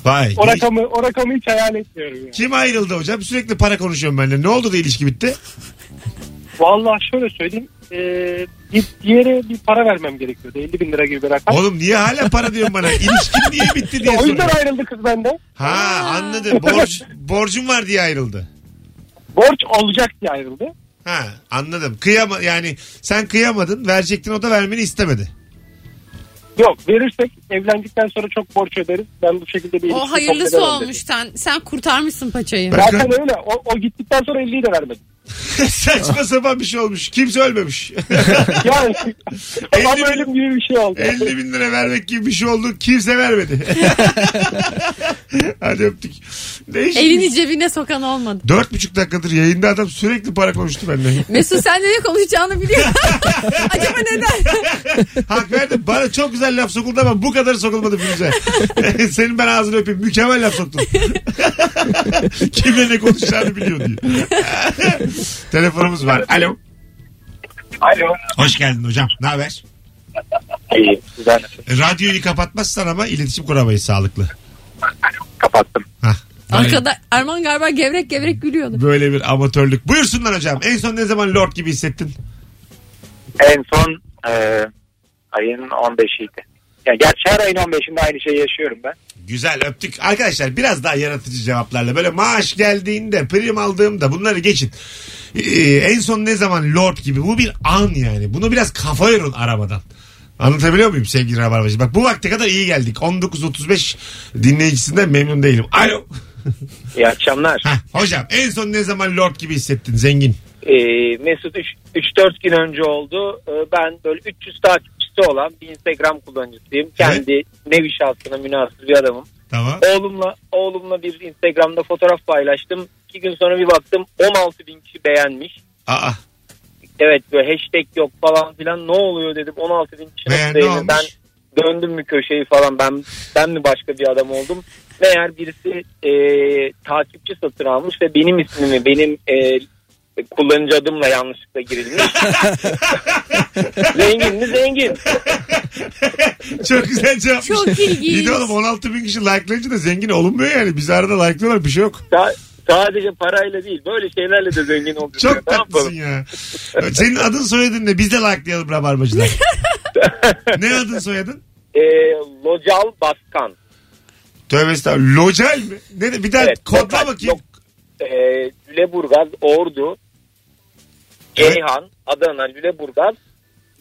Speaker 2: Vay.
Speaker 5: O
Speaker 2: Gel-
Speaker 5: rakamı, o rakamı hiç hayal etmiyorum ya.
Speaker 2: Kim ayrıldı hocam? Sürekli para konuşuyorum benimle. Ne oldu da ilişki bitti?
Speaker 5: Vallahi şöyle söyleyeyim. Ee, bir diğere bir para vermem gerekiyordu. 50 bin lira gibi bir rakam.
Speaker 2: Oğlum niye hala para diyorsun bana? İlişkin niye bitti diye
Speaker 5: o yüzden
Speaker 2: soruyorum.
Speaker 5: ayrıldı kız benden.
Speaker 2: Ha anladım. Borç, borcum var diye ayrıldı.
Speaker 5: Borç olacak diye ayrıldı.
Speaker 2: Ha anladım. Kıyama yani sen kıyamadın verecektin o da vermeni istemedi.
Speaker 5: Yok verirsek evlendikten sonra çok borç öderiz. Ben bu şekilde bir
Speaker 3: O
Speaker 5: ilişki
Speaker 3: hayırlısı
Speaker 5: toplamam
Speaker 3: olmuş.
Speaker 5: dedim.
Speaker 3: Sen, sen kurtarmışsın paçayı.
Speaker 2: Ben-
Speaker 5: Zaten öyle. O, o gittikten sonra 50'yi de vermedim.
Speaker 2: Saçma sapan bir şey olmuş. Kimse ölmemiş.
Speaker 5: Yani
Speaker 2: Elli
Speaker 5: tam
Speaker 2: bin-
Speaker 5: ölüm gibi bir şey oldu.
Speaker 2: 50 bin lira vermek gibi bir şey oldu. Kimse vermedi. Hadi öptük. Değişik.
Speaker 3: Elini cebine sokan olmadı.
Speaker 2: Dört buçuk dakikadır yayında adam sürekli para konuştu benimle.
Speaker 3: Mesut sen ne konuşacağını biliyor. Acaba neden?
Speaker 2: Hak verdim. Bana çok güzel laf sokuldu ama bu kadar sokulmadı Firuze. Senin ben ağzını öpeyim. Mükemmel laf soktun. Kimle ne konuşacağını biliyor diye. Telefonumuz var. Alo.
Speaker 5: Alo.
Speaker 2: Hoş geldin hocam. Ne haber?
Speaker 5: İyi. Güzel.
Speaker 2: E, Radyoyu kapatmazsan ama iletişim kuramayız sağlıklı.
Speaker 5: Kapattım.
Speaker 2: Hah. Böyle,
Speaker 3: Arkada Erman galiba gevrek gevrek gülüyordu.
Speaker 2: böyle bir amatörlük. Buyursunlar hocam. En son ne zaman Lord gibi hissettin?
Speaker 5: En son e, ayın 15'iydi. Ya gerçi her ayın 15'inde aynı şeyi yaşıyorum ben.
Speaker 2: Güzel öptük. Arkadaşlar biraz daha yaratıcı cevaplarla böyle maaş geldiğinde prim aldığımda bunları geçin. Ee, en son ne zaman lord gibi bu bir an yani. Bunu biraz kafa yorun aramadan. Anlatabiliyor muyum sevgili Rabarbacı? Bak bu vakte kadar iyi geldik. 19.35 dinleyicisinden memnun değilim. Alo.
Speaker 5: İyi akşamlar.
Speaker 2: Heh, hocam en son ne zaman lord gibi hissettin zengin?
Speaker 5: Ee, Mesut 3-4 gün önce oldu. Ee, ben böyle 300 takipçisi olan bir Instagram kullanıcısıyım. Kendi nevi şahsına münasır bir adamım.
Speaker 2: Tamam.
Speaker 5: Oğlumla oğlumla bir Instagram'da fotoğraf paylaştım. 2 gün sonra bir baktım 16 bin kişi beğenmiş.
Speaker 2: Aa,
Speaker 5: Evet böyle hashtag yok falan filan ne oluyor dedim 16 bin kişi
Speaker 2: Beğeni
Speaker 5: nasıl beğenir?
Speaker 2: olmuş.
Speaker 5: ben döndüm mü köşeyi falan ben ben mi başka bir adam oldum meğer birisi e, takipçi satın almış ve benim ismimi benim e, kullanıcı adımla yanlışlıkla girilmiş zengin mi zengin
Speaker 2: çok güzel cevapmış.
Speaker 3: Çok ilginç.
Speaker 2: Bir de oğlum 16 bin kişi likelayınca da zengin olunmuyor yani. Biz arada likelıyorlar bir şey yok.
Speaker 5: Sa- sadece parayla değil böyle şeylerle de zengin olduk
Speaker 2: Çok
Speaker 5: ya. Ne
Speaker 2: tatlısın
Speaker 5: yapalım?
Speaker 2: ya. Senin adın soyadın ne? Biz de likelayalım rabarbacılar. ne adın soyadın?
Speaker 5: E, Local Baskan
Speaker 2: Tövbe estağfurullah. Local mi? Ne, de- bir daha
Speaker 5: Evet,
Speaker 2: kodla
Speaker 5: lokal,
Speaker 2: bakayım.
Speaker 5: lok- e, Lüleburgaz, Ordu,
Speaker 2: Evet.
Speaker 5: Ceyhan, Adana, Lüleburgaz,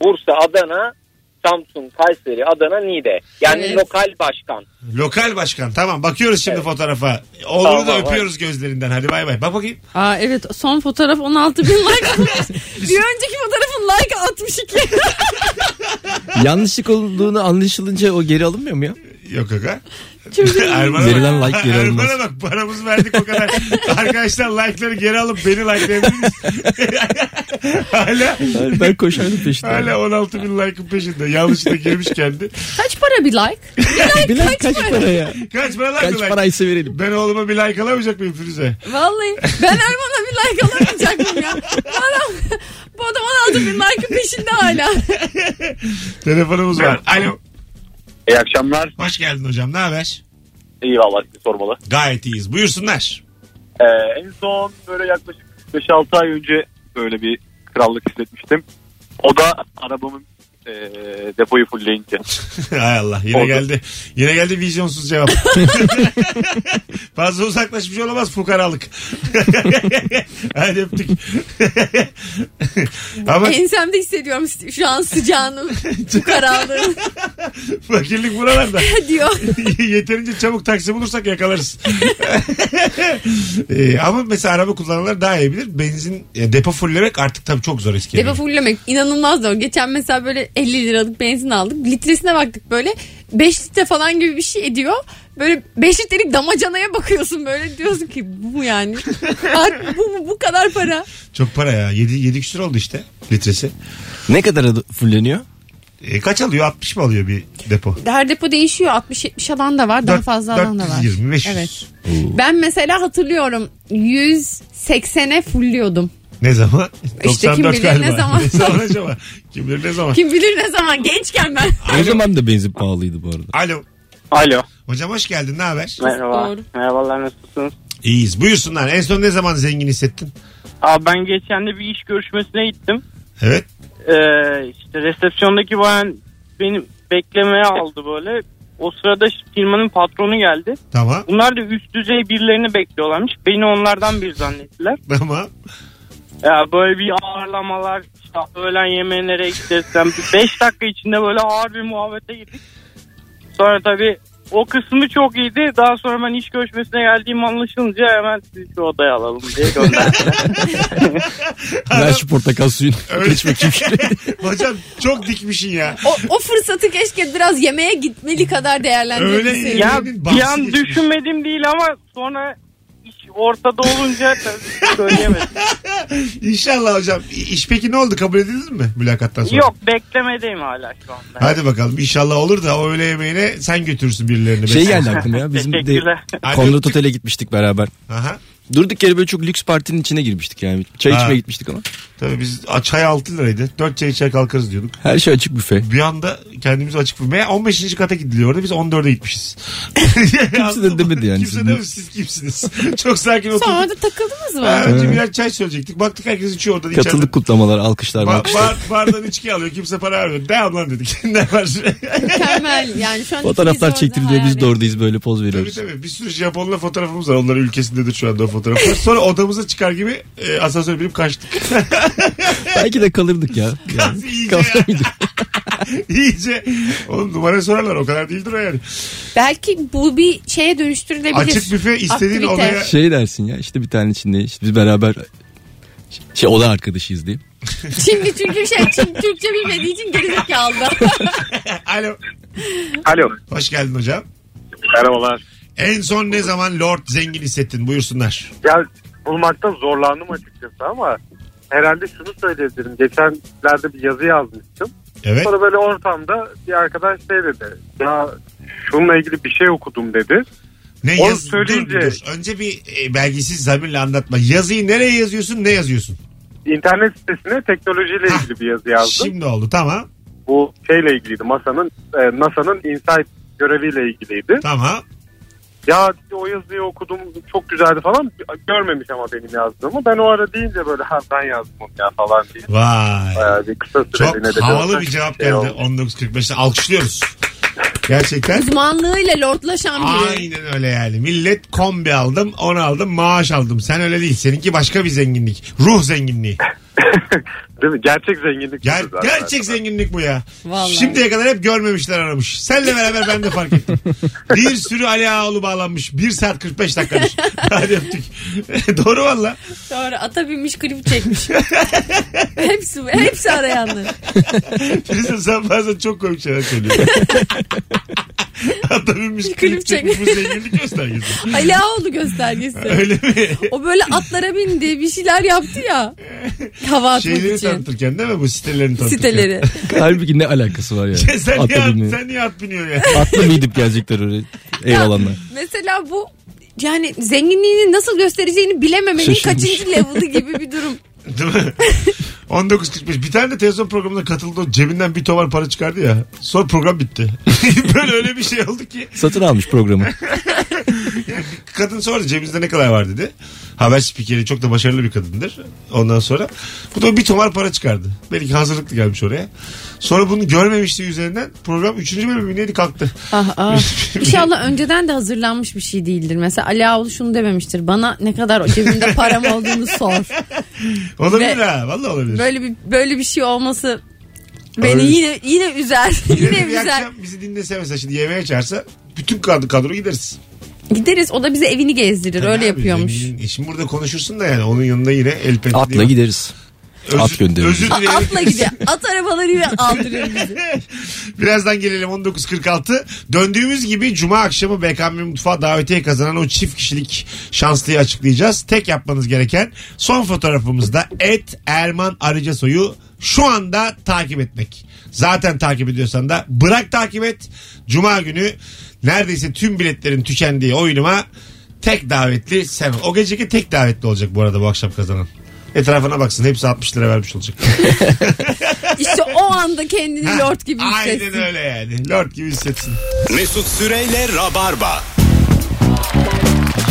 Speaker 5: Bursa, Adana, Samsun, Kayseri, Adana, Niğde. Yani
Speaker 3: Evet.
Speaker 5: lokal başkan.
Speaker 2: Lokal başkan. Tamam bakıyoruz şimdi fotoğrafa. Oğlunu
Speaker 5: Tamam,
Speaker 2: da
Speaker 5: bay.
Speaker 2: öpüyoruz gözlerinden. Hadi bay bay. Bak bakayım.
Speaker 3: Aa evet son fotoğraf 16 bin like atmış. Bir önceki fotoğrafın like 62.
Speaker 4: Yanlışlık olduğunu anlaşılınca o geri alınmıyor mu ya?
Speaker 2: Yok aga.
Speaker 3: Çok iyi.
Speaker 2: Erman'a
Speaker 4: Verilen
Speaker 2: bak.
Speaker 4: like geri alınmaz.
Speaker 2: Erman'a bak paramızı verdik o kadar. Arkadaşlar like'ları geri alıp beni like'layabiliriz. hala
Speaker 4: Ben koşardım peşinden.
Speaker 2: hala 16 bin like'ın peşinde. Yanlışlıkla girmiş kendi.
Speaker 3: Kaç para bir like?
Speaker 4: Bilal kaç para ya?
Speaker 2: Kaç para like?
Speaker 4: Kaç
Speaker 2: like?
Speaker 4: paraysa verelim.
Speaker 2: Ben oğluma bir like alamayacak mıyım Firuze?
Speaker 3: Vallahi ben Erman'a bir like alamayacaktım ya. Bu adam, bu adam 16 bin like'ın peşinde hala.
Speaker 2: Telefonumuz var. Alo.
Speaker 11: İyi akşamlar.
Speaker 2: Hoş geldin hocam. Ne haber?
Speaker 11: İyi valla sizi sormalı.
Speaker 2: Gayet iyiyiz. Buyursunlar.
Speaker 11: Ee, en son böyle yaklaşık 5-6 ay önce böyle bir krallık hissetmiştim. O da arabamın e, depoyu fullleyince.
Speaker 2: Hay Allah. Yine
Speaker 11: Oldu.
Speaker 2: geldi. Yine geldi vizyonsuz cevap. Fazla uzaklaşmış olamaz fukaralık. Hadi öptük. Ama
Speaker 3: Ensemde hissediyorum şu an sıcağını, bu kararlığını
Speaker 2: fakirlik buralarda.
Speaker 3: diyor.
Speaker 2: Yeterince çabuk taksi bulursak yakalarız. Ee, ama mesela araba kullananlar daha iyi bilir. Benzin e, depo fulllemek artık tabii çok zor eski.
Speaker 3: Depo fullemek inanılmaz zor. Geçen mesela böyle 50 liralık benzin aldık. Litresine baktık böyle. 5 litre falan gibi bir şey ediyor. Böyle 5 litrelik damacanaya bakıyorsun böyle. Diyorsun ki bu mu yani? Abi bu mu? Bu kadar para.
Speaker 2: Çok para ya. 7, 7 küsur oldu işte litresi.
Speaker 4: Ne kadar adı- fulleniyor?
Speaker 2: E, kaç alıyor? 60 mı alıyor bir depo?
Speaker 3: Her depo değişiyor. 60-70 alan da var. Daha
Speaker 2: Dört-
Speaker 3: fazla alan da var.
Speaker 2: 420, 500.
Speaker 3: Evet. Ben mesela hatırlıyorum 180'e fulliyordum.
Speaker 2: Ne zaman?
Speaker 3: İşte
Speaker 2: 94
Speaker 3: kim bilir
Speaker 2: galiba.
Speaker 3: ne zaman.
Speaker 2: ne zaman acaba? Kim bilir ne zaman?
Speaker 3: Kim bilir ne zaman gençken ben.
Speaker 4: O zaman da benzin pahalıydı bu arada.
Speaker 2: Alo.
Speaker 11: Alo.
Speaker 2: Hocam hoş geldin. Ne haber?
Speaker 11: Merhaba.
Speaker 3: Doğru.
Speaker 11: Merhabalar nasılsınız?
Speaker 2: İyiyiz. Buyursunlar. En son ne zaman zengin hissettin?
Speaker 11: Abi ben geçen de bir iş görüşmesine gittim.
Speaker 2: Evet.
Speaker 11: Ee, işte resepsiyondaki bayan beni beklemeye aldı böyle. O sırada firmanın patronu geldi.
Speaker 2: Tamam.
Speaker 11: Bunlar da üst düzey birilerini bekliyorlarmış. Beni onlardan biri zannettiler.
Speaker 2: Tamam.
Speaker 11: Ya böyle bir ağırlamalar, işte öğlen yemeğe nereye gidersem 5 dakika içinde böyle ağır bir muhabbete girdik. Sonra tabii o kısmı çok iyiydi. Daha sonra ben iş görüşmesine geldiğim anlaşılınca hemen sizi şu odaya alalım diye gönderdiler.
Speaker 4: Ver şu portakal suyunu.
Speaker 2: Öyle.
Speaker 4: Geç bakayım şuraya.
Speaker 2: Hocam çok dikmişsin ya.
Speaker 3: O, o fırsatı keşke biraz yemeğe gitmeli kadar
Speaker 2: Öyle
Speaker 3: değerlendirmeseydim.
Speaker 2: ya.
Speaker 11: ya bir an düşünmedim değil ama sonra iş ortada olunca tabii söyleyemedim.
Speaker 2: İnşallah hocam. İ- İş peki ne oldu? Kabul edilir mi mülakattan sonra?
Speaker 11: Yok beklemedeyim hala şu anda.
Speaker 2: Hadi bakalım. İnşallah olur da o öğle yemeğine sen götürürsün birilerini.
Speaker 4: Şey
Speaker 2: Beş-
Speaker 4: geldi aklıma ya. Bizim de
Speaker 11: Teşekkürler.
Speaker 4: Konrad Otel'e gitmiştik beraber.
Speaker 2: Aha.
Speaker 4: Durduk yere böyle çok lüks partinin içine girmiştik yani. Çay
Speaker 2: Ha.
Speaker 4: içmeye gitmiştik ama.
Speaker 2: Tabii biz a- çay 6 liraydı. 4 çay içer kalkarız diyorduk.
Speaker 4: Her şey açık büfe.
Speaker 2: Bir anda kendimizi açık bulmaya 15. kata gidiliyor orada biz 14'e gitmişiz. Kimse
Speaker 4: de demedi yani.
Speaker 2: Kimse
Speaker 4: Siz-
Speaker 2: demedi siz kimsiniz. Çok sakin oturduk.
Speaker 3: Sonra da takıldınız
Speaker 2: Ha,
Speaker 3: mı?
Speaker 2: önce birer çay söyleyecektik. Baktık herkes içiyor oradan içeriden.
Speaker 4: Katıldık kutlamalar, alkışlar,
Speaker 2: Ba-
Speaker 4: alkışlar.
Speaker 2: bar- bardan içki alıyor kimse para vermiyor. Devam lan dedik. ne var?
Speaker 3: Mükemmel yani şu an
Speaker 4: Fotoğraflar
Speaker 3: ikimiz de orada
Speaker 4: çektiriliyor biz
Speaker 3: hayal
Speaker 4: de oradayız böyle poz
Speaker 2: tabii
Speaker 4: veriyoruz.
Speaker 2: tabii bir sürü Japonla fotoğrafımız var. Onların ülkesindedir şu anda o fotoğraflar. Sonra odamıza çıkar gibi e, asansöre binip kaçtık.
Speaker 4: Belki de kalırdık ya. Yani.
Speaker 2: iyice ya.
Speaker 4: Kalsaydık.
Speaker 2: İyice. Oğlum numara sorarlar o kadar değildir o yani.
Speaker 3: Belki bu bir şeye dönüştürülebilir.
Speaker 2: Açık büfe istediğin
Speaker 3: Aktivite.
Speaker 2: odaya
Speaker 4: şey dersin ya işte bir tane içinde işte biz beraber şey oda arkadaşıyız diyeyim.
Speaker 3: Şimdi çünkü şey Çin- Türkçe bilmediği için gerizekalı.
Speaker 2: Alo.
Speaker 12: Alo.
Speaker 2: Hoş geldin hocam.
Speaker 12: Merhabalar.
Speaker 2: En son ne zaman Lord zengin hissettin? Buyursunlar.
Speaker 12: Ya bulmakta zorlandım açıkçası ama herhalde şunu söyleyebilirim. Geçenlerde bir yazı yazmıştım.
Speaker 2: Evet.
Speaker 12: Sonra böyle ortamda bir arkadaş şey dedi. Ya şununla ilgili bir şey okudum dedi.
Speaker 2: Ne
Speaker 12: Onu
Speaker 2: yaz? Dur, dur,
Speaker 12: söyleyince-
Speaker 2: dur. Önce bir e, belgisiz zamirle anlatma. Yazıyı nereye yazıyorsun? Ne yazıyorsun?
Speaker 12: İnternet sitesine teknolojiyle ilgili bir yazı yazdım.
Speaker 2: Şimdi oldu. Tamam.
Speaker 12: Bu şeyle ilgiliydi. NASA'nın e, NASA'nın Insight göreviyle ilgiliydi.
Speaker 2: Tamam.
Speaker 12: Ya dedi, o yazıyı okudum çok güzeldi falan. Görmemiş ama benim yazdığımı. Ben o ara deyince böyle ha ben yazdım onu ya falan diye.
Speaker 2: Vay.
Speaker 12: Bayağı bir kısa süreliğine
Speaker 2: Çok
Speaker 12: de
Speaker 2: havalı
Speaker 12: döndüm.
Speaker 2: bir cevap
Speaker 12: Şey
Speaker 2: geldi.
Speaker 12: oldu.
Speaker 2: 19.45'te alkışlıyoruz. Gerçekten.
Speaker 3: Uzmanlığıyla lordlaşan biri.
Speaker 2: Aynen öyle yani. Millet kombi aldım, onu aldım, maaş aldım. Sen öyle değil. Seninki başka bir zenginlik. Ruh zenginliği.
Speaker 12: Değil mi? Gerçek zenginlik.
Speaker 2: Ger-
Speaker 12: budur zaten.
Speaker 2: gerçek zenginlik bu ya.
Speaker 3: Vallahi.
Speaker 2: Şimdiye kadar hep görmemişler aramış. Senle beraber ben de fark ettim. bir sürü Ali Ağaoğlu bağlanmış. 1 saat 45 dakikadır. Hadi öptük. Doğru valla.
Speaker 3: Sonra ata binmiş klip çekmiş. hepsi, hepsi arayanlar.
Speaker 2: Firuze sen bazen çok komik şeyler söylüyorsun. Ata binmiş klip
Speaker 3: Klip
Speaker 2: çekmiş bu
Speaker 3: çek-
Speaker 2: zenginlik göstergesi.
Speaker 3: Ali Ağaoğlu göstergesi.
Speaker 2: Öyle mi?
Speaker 3: o böyle atlara bindi bir şeyler yaptı ya. Hava atmak
Speaker 2: Şeyleri
Speaker 3: için.
Speaker 2: tanıtırken değil mi bu sitelerini tanıtırken?
Speaker 3: Siteleri.
Speaker 4: Halbuki ne alakası var ya?
Speaker 2: sen, niye
Speaker 4: Atla
Speaker 2: at,
Speaker 4: binmiyor.
Speaker 2: sen niye at biniyor ya?
Speaker 4: Atla mı gidip gelecekler öyle? Eyvallah.
Speaker 3: Mesela bu yani zenginliğini nasıl göstereceğini bilememenin
Speaker 4: Şaşırmış.
Speaker 3: kaçıncı level'ı gibi bir durum.
Speaker 2: Değil mi? 19.45. Bir tane de televizyon programına katıldı. O cebinden bir tovar para çıkardı ya. Sonra program bitti. Böyle öyle bir şey oldu ki.
Speaker 4: Satın almış programı.
Speaker 2: Kadın sordu cebinizde ne kadar var dedi. Haber spikeri çok da başarılı bir kadındır. Ondan sonra bu da bir tomar para çıkardı. Belki hazırlıklı gelmiş oraya. Sonra bunu görmemişti üzerinden. Program 3. bölümü neydi kalktı.
Speaker 3: Ah, ah. İnşallah önceden de hazırlanmış bir şey değildir. Mesela Ali Ağaoğlu şunu dememiştir. Bana ne kadar cebimde param olduğunu sor.
Speaker 2: Olabilir
Speaker 3: Ve-
Speaker 2: ha. Vallahi olabilir.
Speaker 3: Böyle bir böyle bir şey olması beni
Speaker 2: Öyle.
Speaker 3: yine yine üzer.
Speaker 2: Yarın
Speaker 3: yine
Speaker 2: bir
Speaker 3: üzer.
Speaker 2: akşam bizi dinlese mesela şimdi yemeğe çağırsa bütün kadro, kadro gideriz.
Speaker 3: Gideriz o da bize evini gezdirir.
Speaker 2: Tabii
Speaker 3: Öyle
Speaker 2: abi,
Speaker 3: yapıyormuş.
Speaker 2: zenginin- E şimdi burada konuşursun da yani onun yanında yine el pençe.
Speaker 4: Atla gideriz. at gönderelim.
Speaker 2: Özür
Speaker 3: A-
Speaker 2: dilerim.
Speaker 3: atla gidiyor. At arabalarıyla aldırıyor bizi.
Speaker 2: Birazdan gelelim 19.46. Döndüğümüz gibi Cuma akşamı BKM Mutfağı davetiye kazanan o çift kişilik şanslıyı açıklayacağız. Tek yapmanız gereken son fotoğrafımızda et Erman Arıcasoy'u şu anda takip etmek. Zaten takip ediyorsan da bırak takip et. Cuma günü neredeyse tüm biletlerin tükendiği oyunuma tek davetli sen. ol. O geceki tek davetli olacak bu arada bu akşam kazanan. Etrafına baksın hepsi 60 lira vermiş olacak.
Speaker 3: İşte o anda kendini
Speaker 2: Ha,
Speaker 3: lord gibi hissetsin.
Speaker 2: Aynen öyle yani. Lord gibi hissetsin.
Speaker 1: Mesut Süreyle Rabarba.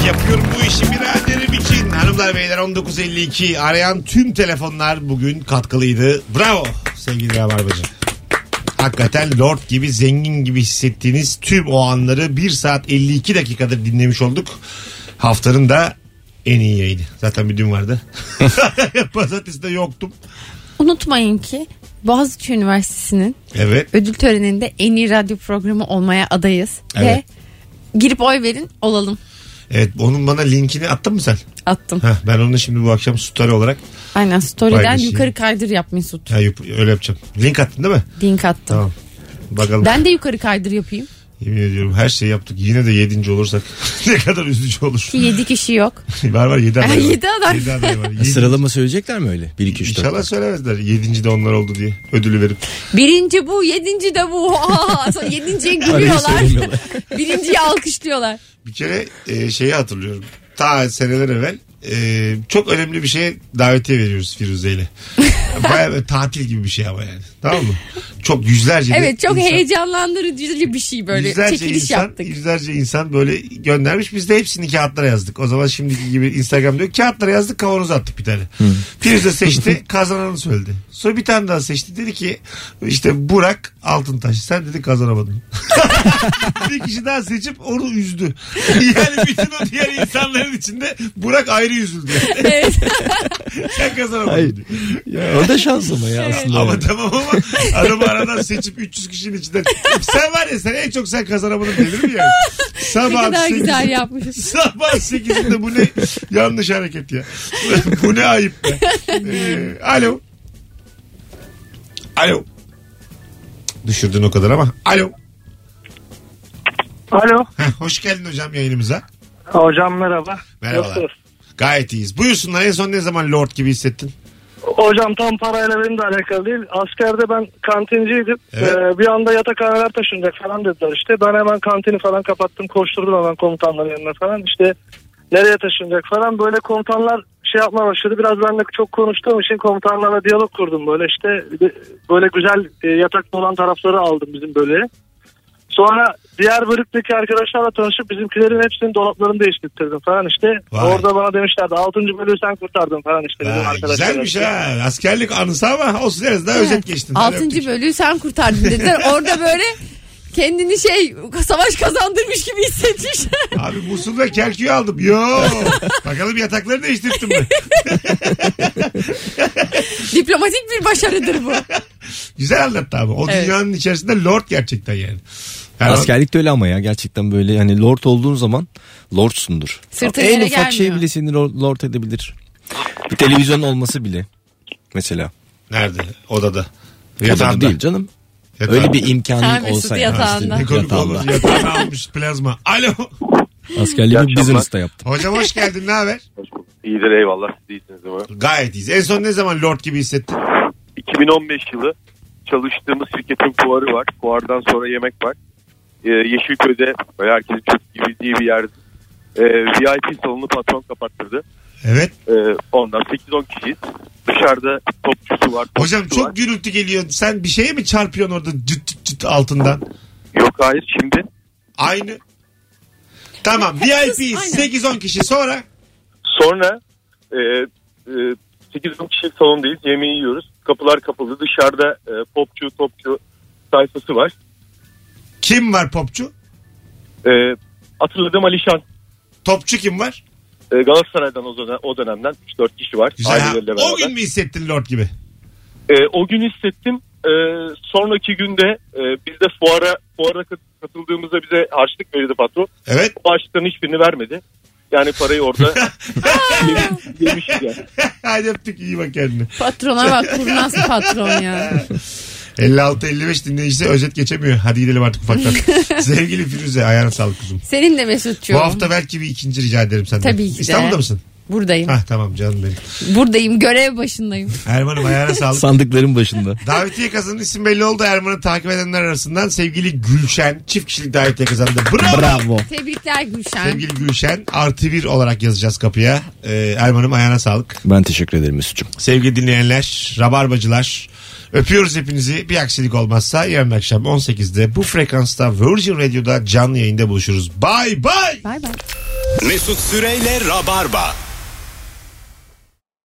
Speaker 2: Yapıyorum bu işi biraderim için. Hanımlar beyler 19.52 arayan tüm telefonlar bugün katkılıydı. Bravo sevgili Rabarbacı. Hakikaten lord gibi zengin gibi hissettiğiniz tüm o anları 1 saat 52 dakikadır dinlemiş olduk. Haftanın da en iyi yayını. Zaten bir dün vardı. Pazartesi de yoktum.
Speaker 3: Unutmayın ki Boğaziçi Üniversitesi'nin
Speaker 2: Evet.
Speaker 3: ödül töreninde en iyi radyo programı olmaya adayız.
Speaker 2: Evet.
Speaker 3: Ve girip oy verin olalım.
Speaker 2: Evet onun bana linkini attın mı sen?
Speaker 3: Attım.
Speaker 2: Heh, ben onu şimdi bu akşam story olarak
Speaker 3: Aynen story'den
Speaker 2: Paylaşayım.
Speaker 3: yukarı kaydır yap Mesut.
Speaker 2: Ya yap- öyle yapacağım. Link attın değil mi?
Speaker 3: Link attım.
Speaker 2: Tamam. Bakalım.
Speaker 3: Ben de yukarı kaydır yapayım.
Speaker 2: Yemin ediyorum her şeyi yaptık. Yine de yedinci olursak ne kadar üzücü olur.
Speaker 3: Ki 7 kişi yok.
Speaker 2: var var yedi aday var.
Speaker 3: Yedi aday.
Speaker 2: Yedi aday var. Yedi-
Speaker 4: Sıralama söyleyecekler mi öyle? 1 2 3 4.
Speaker 2: İnşallah söylemezler. Yedinci de onlar oldu diye ödülü verip.
Speaker 3: Birinci bu, yedinci de bu. Aa, sonra yedinciye gülüyorlar.
Speaker 4: söylemiyorlar.
Speaker 3: Birinciyi alkışlıyorlar.
Speaker 2: Bir kere e, şeyi hatırlıyorum. Ta seneler evvel e, çok önemli bir şeye davetiye veriyoruz Firuze ile. Baya böyle tatil gibi bir şey ama yani. Tamam mı? Çok yüzlerce de
Speaker 3: Evet çok
Speaker 2: insan-
Speaker 3: heyecanlandırıcı bir şey böyle. Çekiliş
Speaker 2: insan,
Speaker 3: yaptık.
Speaker 2: Yüzlerce insan böyle göndermiş. Biz de hepsini kağıtlara yazdık. O zaman şimdiki gibi Instagram diyor. Kağıtlara yazdık kavanoza attık bir tane. Firuze seçti kazananı söyledi. Sonra bir tane daha seçti. Dedi ki işte Burak Altıntaş. Sen dedi kazanamadın. bir kişi daha seçip onu üzdü. Yani bütün o diğer insanların içinde Burak ayrı üzüldü.
Speaker 3: Evet.
Speaker 2: Sen kazanamadın.
Speaker 4: Hayır.
Speaker 2: diyor.
Speaker 4: Ya, o da şans ama ya aslında.
Speaker 2: Ama
Speaker 4: yani.
Speaker 2: tamam ama adamı aradan seçip 300 kişinin içinden. Sen var ya sen en çok sen kazanamadın denir mi yani?
Speaker 3: ne
Speaker 2: Sabah
Speaker 3: kadar
Speaker 2: 8'de
Speaker 3: güzel yapmışız.
Speaker 2: Sabah 8'inde bu ne yanlış hareket ya. bu ne ayıp be. Ee, alo. Alo. Düşürdün o kadar ama. Alo.
Speaker 13: Alo.
Speaker 2: Heh, hoş geldin hocam yayınımıza.
Speaker 13: Hocam merhaba.
Speaker 2: Merhabalar. Gayet iyiyiz. Buyursunlar en son ne zaman lord gibi hissettin?
Speaker 13: Hocam tam parayla benim de alakalı değil. Askerde ben kantinciydim.
Speaker 2: Evet.
Speaker 13: Ee, bir anda yatakhaneler taşınacak falan dediler işte. Ben hemen kantini falan kapattım. Koşturdum hemen komutanların yanına falan. İşte nereye taşınacak falan. Böyle komutanlar şey yapmaya başladı. Biraz ben de çok konuştuğum için komutanlarla diyalog kurdum böyle işte. Böyle güzel e, yatakta olan tarafları aldım bizim bölüye. Sonra diğer bölükteki arkadaşlarla tanışıp bizimkilerin hepsinin dolaplarını değiştirdim falan işte.
Speaker 2: Vay.
Speaker 13: Orada bana demişlerdi 6. bölüğü sen kurtardın falan işte. bizim
Speaker 2: Ha,
Speaker 13: arkadaşlar.
Speaker 2: güzelmiş ha. Askerlik anısı ama olsun en daha özet geçtin. Hadi öptük.
Speaker 3: Altıncı bölüğü sen kurtardın dediler. Orada böyle kendini şey savaş kazandırmış gibi hissetmiş.
Speaker 2: Abi Musul ve Kerkü'yü aldım. Yo. Bakalım yatakları değiştirdim mi?
Speaker 3: Diplomatik bir başarıdır bu.
Speaker 2: Güzel anlattı abi. O
Speaker 3: Evet.
Speaker 2: dünyanın içerisinde lord gerçekten yani. Her an-
Speaker 4: Askerlikte öyle ama ya gerçekten böyle hani lord olduğun zaman lordsundur.
Speaker 3: Sırtın
Speaker 4: en
Speaker 3: yere
Speaker 4: ufak şey
Speaker 3: gelmiyor.
Speaker 4: bile seni lord, lord edebilir. Bir televizyon olması bile. Mesela.
Speaker 2: Nerede? Odada.
Speaker 4: Ya da
Speaker 2: Yatağında.
Speaker 4: değil canım.
Speaker 2: Yatağı.
Speaker 4: Öyle bir imkanın
Speaker 3: Ha, Mesut
Speaker 4: olsa
Speaker 3: yatağında.
Speaker 4: ya.
Speaker 2: Ne komik
Speaker 4: Yatağında.
Speaker 2: olur. Yatağını almış plazma. Alo.
Speaker 4: Askerliğimi business'ta yaptım.
Speaker 2: Hocam hoş geldin ne haber?
Speaker 14: İyidir eyvallah siz iyisiniz umarım.
Speaker 2: Gayet iyiyiz. En son ne zaman lord gibi hissettin?
Speaker 14: 2015 yılı çalıştığımız şirketin fuarı var. Fuardan sonra yemek var. Ee, Yeşilköy'de böyle herkesin çok iyi bildiği bir yerde. Ee, VIP salonu patron kapattırdı.
Speaker 2: Evet.
Speaker 14: Ee, ondan 8-10 kişiyiz. Dışarıda topçusu var. topçusu
Speaker 2: Hocam
Speaker 14: var.
Speaker 2: çok gürültü geliyor. Sen bir şeye mi çarpıyorsun orada cıt cıt cıt altından?
Speaker 14: Yok hayır şimdi.
Speaker 2: Aynı. Tamam
Speaker 3: Haklısın,
Speaker 2: VIP
Speaker 3: aynen.
Speaker 2: 8-10 kişi sonra
Speaker 14: Sonra e, e, 8-10 kişilik salondayız. Yemeği yiyoruz. Kapılar kapalı. Dışarıda e, popçu topçu sayfası var.
Speaker 2: kim var popçu?
Speaker 14: E, hatırladığım Alişan.
Speaker 2: Topçu kim var?
Speaker 14: E, Galatasaray'dan o, dönem- o dönemden 3-4 kişi var.
Speaker 2: Güzel. ha.
Speaker 14: aileleriyle
Speaker 2: O
Speaker 14: beraber.
Speaker 2: gün mü hissettin lord gibi?
Speaker 14: E, o gün hissettim. E, sonraki günde e, biz de fuara, fuara kat- katıldığımızda bize harçlık verirdi patron.
Speaker 2: Evet.
Speaker 14: O harçlıktan hiçbirini vermedi. Yani parayı orada yemiş- yemişiz yani.
Speaker 2: Hadi öptük iyi bak kendine.
Speaker 3: Patrona bak kurnaz patron ya.
Speaker 2: 56-55 dinleyicisi özet geçemiyor. Hadi gidelim artık ufaktan. Sevgili Firuze ayağına sağlık kuzum.
Speaker 3: Senin de Mesut'cuğum.
Speaker 2: Bu hafta belki bir ikinci rica ederim senden.
Speaker 3: Tabii ki de.
Speaker 2: İstanbul'da mısın?
Speaker 3: Buradayım.
Speaker 2: Hah tamam canım benim.
Speaker 3: Buradayım. Görev başındayım.
Speaker 2: Erman'ım ayağına sağlık.
Speaker 4: Sandıkların başında.
Speaker 2: Davetiye kazanan isim belli oldu. Erman'ı takip edenler arasından sevgili Gülşen çift kişilik davetiye kazandı. Bravo.
Speaker 4: Bravo.
Speaker 3: Tebrikler Gülşen.
Speaker 2: Sevgili Gülşen artı bir olarak yazacağız kapıya. Ee, Erman'ım ayağına sağlık.
Speaker 4: Ben teşekkür ederim Mesut'cum.
Speaker 2: Sevgili dinleyenler, rabarbacılar. Öpüyoruz hepinizi. Bir aksilik olmazsa yarın akşam 18'de bu frekansta Virgin Radio'da canlı yayında buluşuruz. Bay bay.
Speaker 3: Bay bay.
Speaker 1: Mesut Süreyle Rabarba.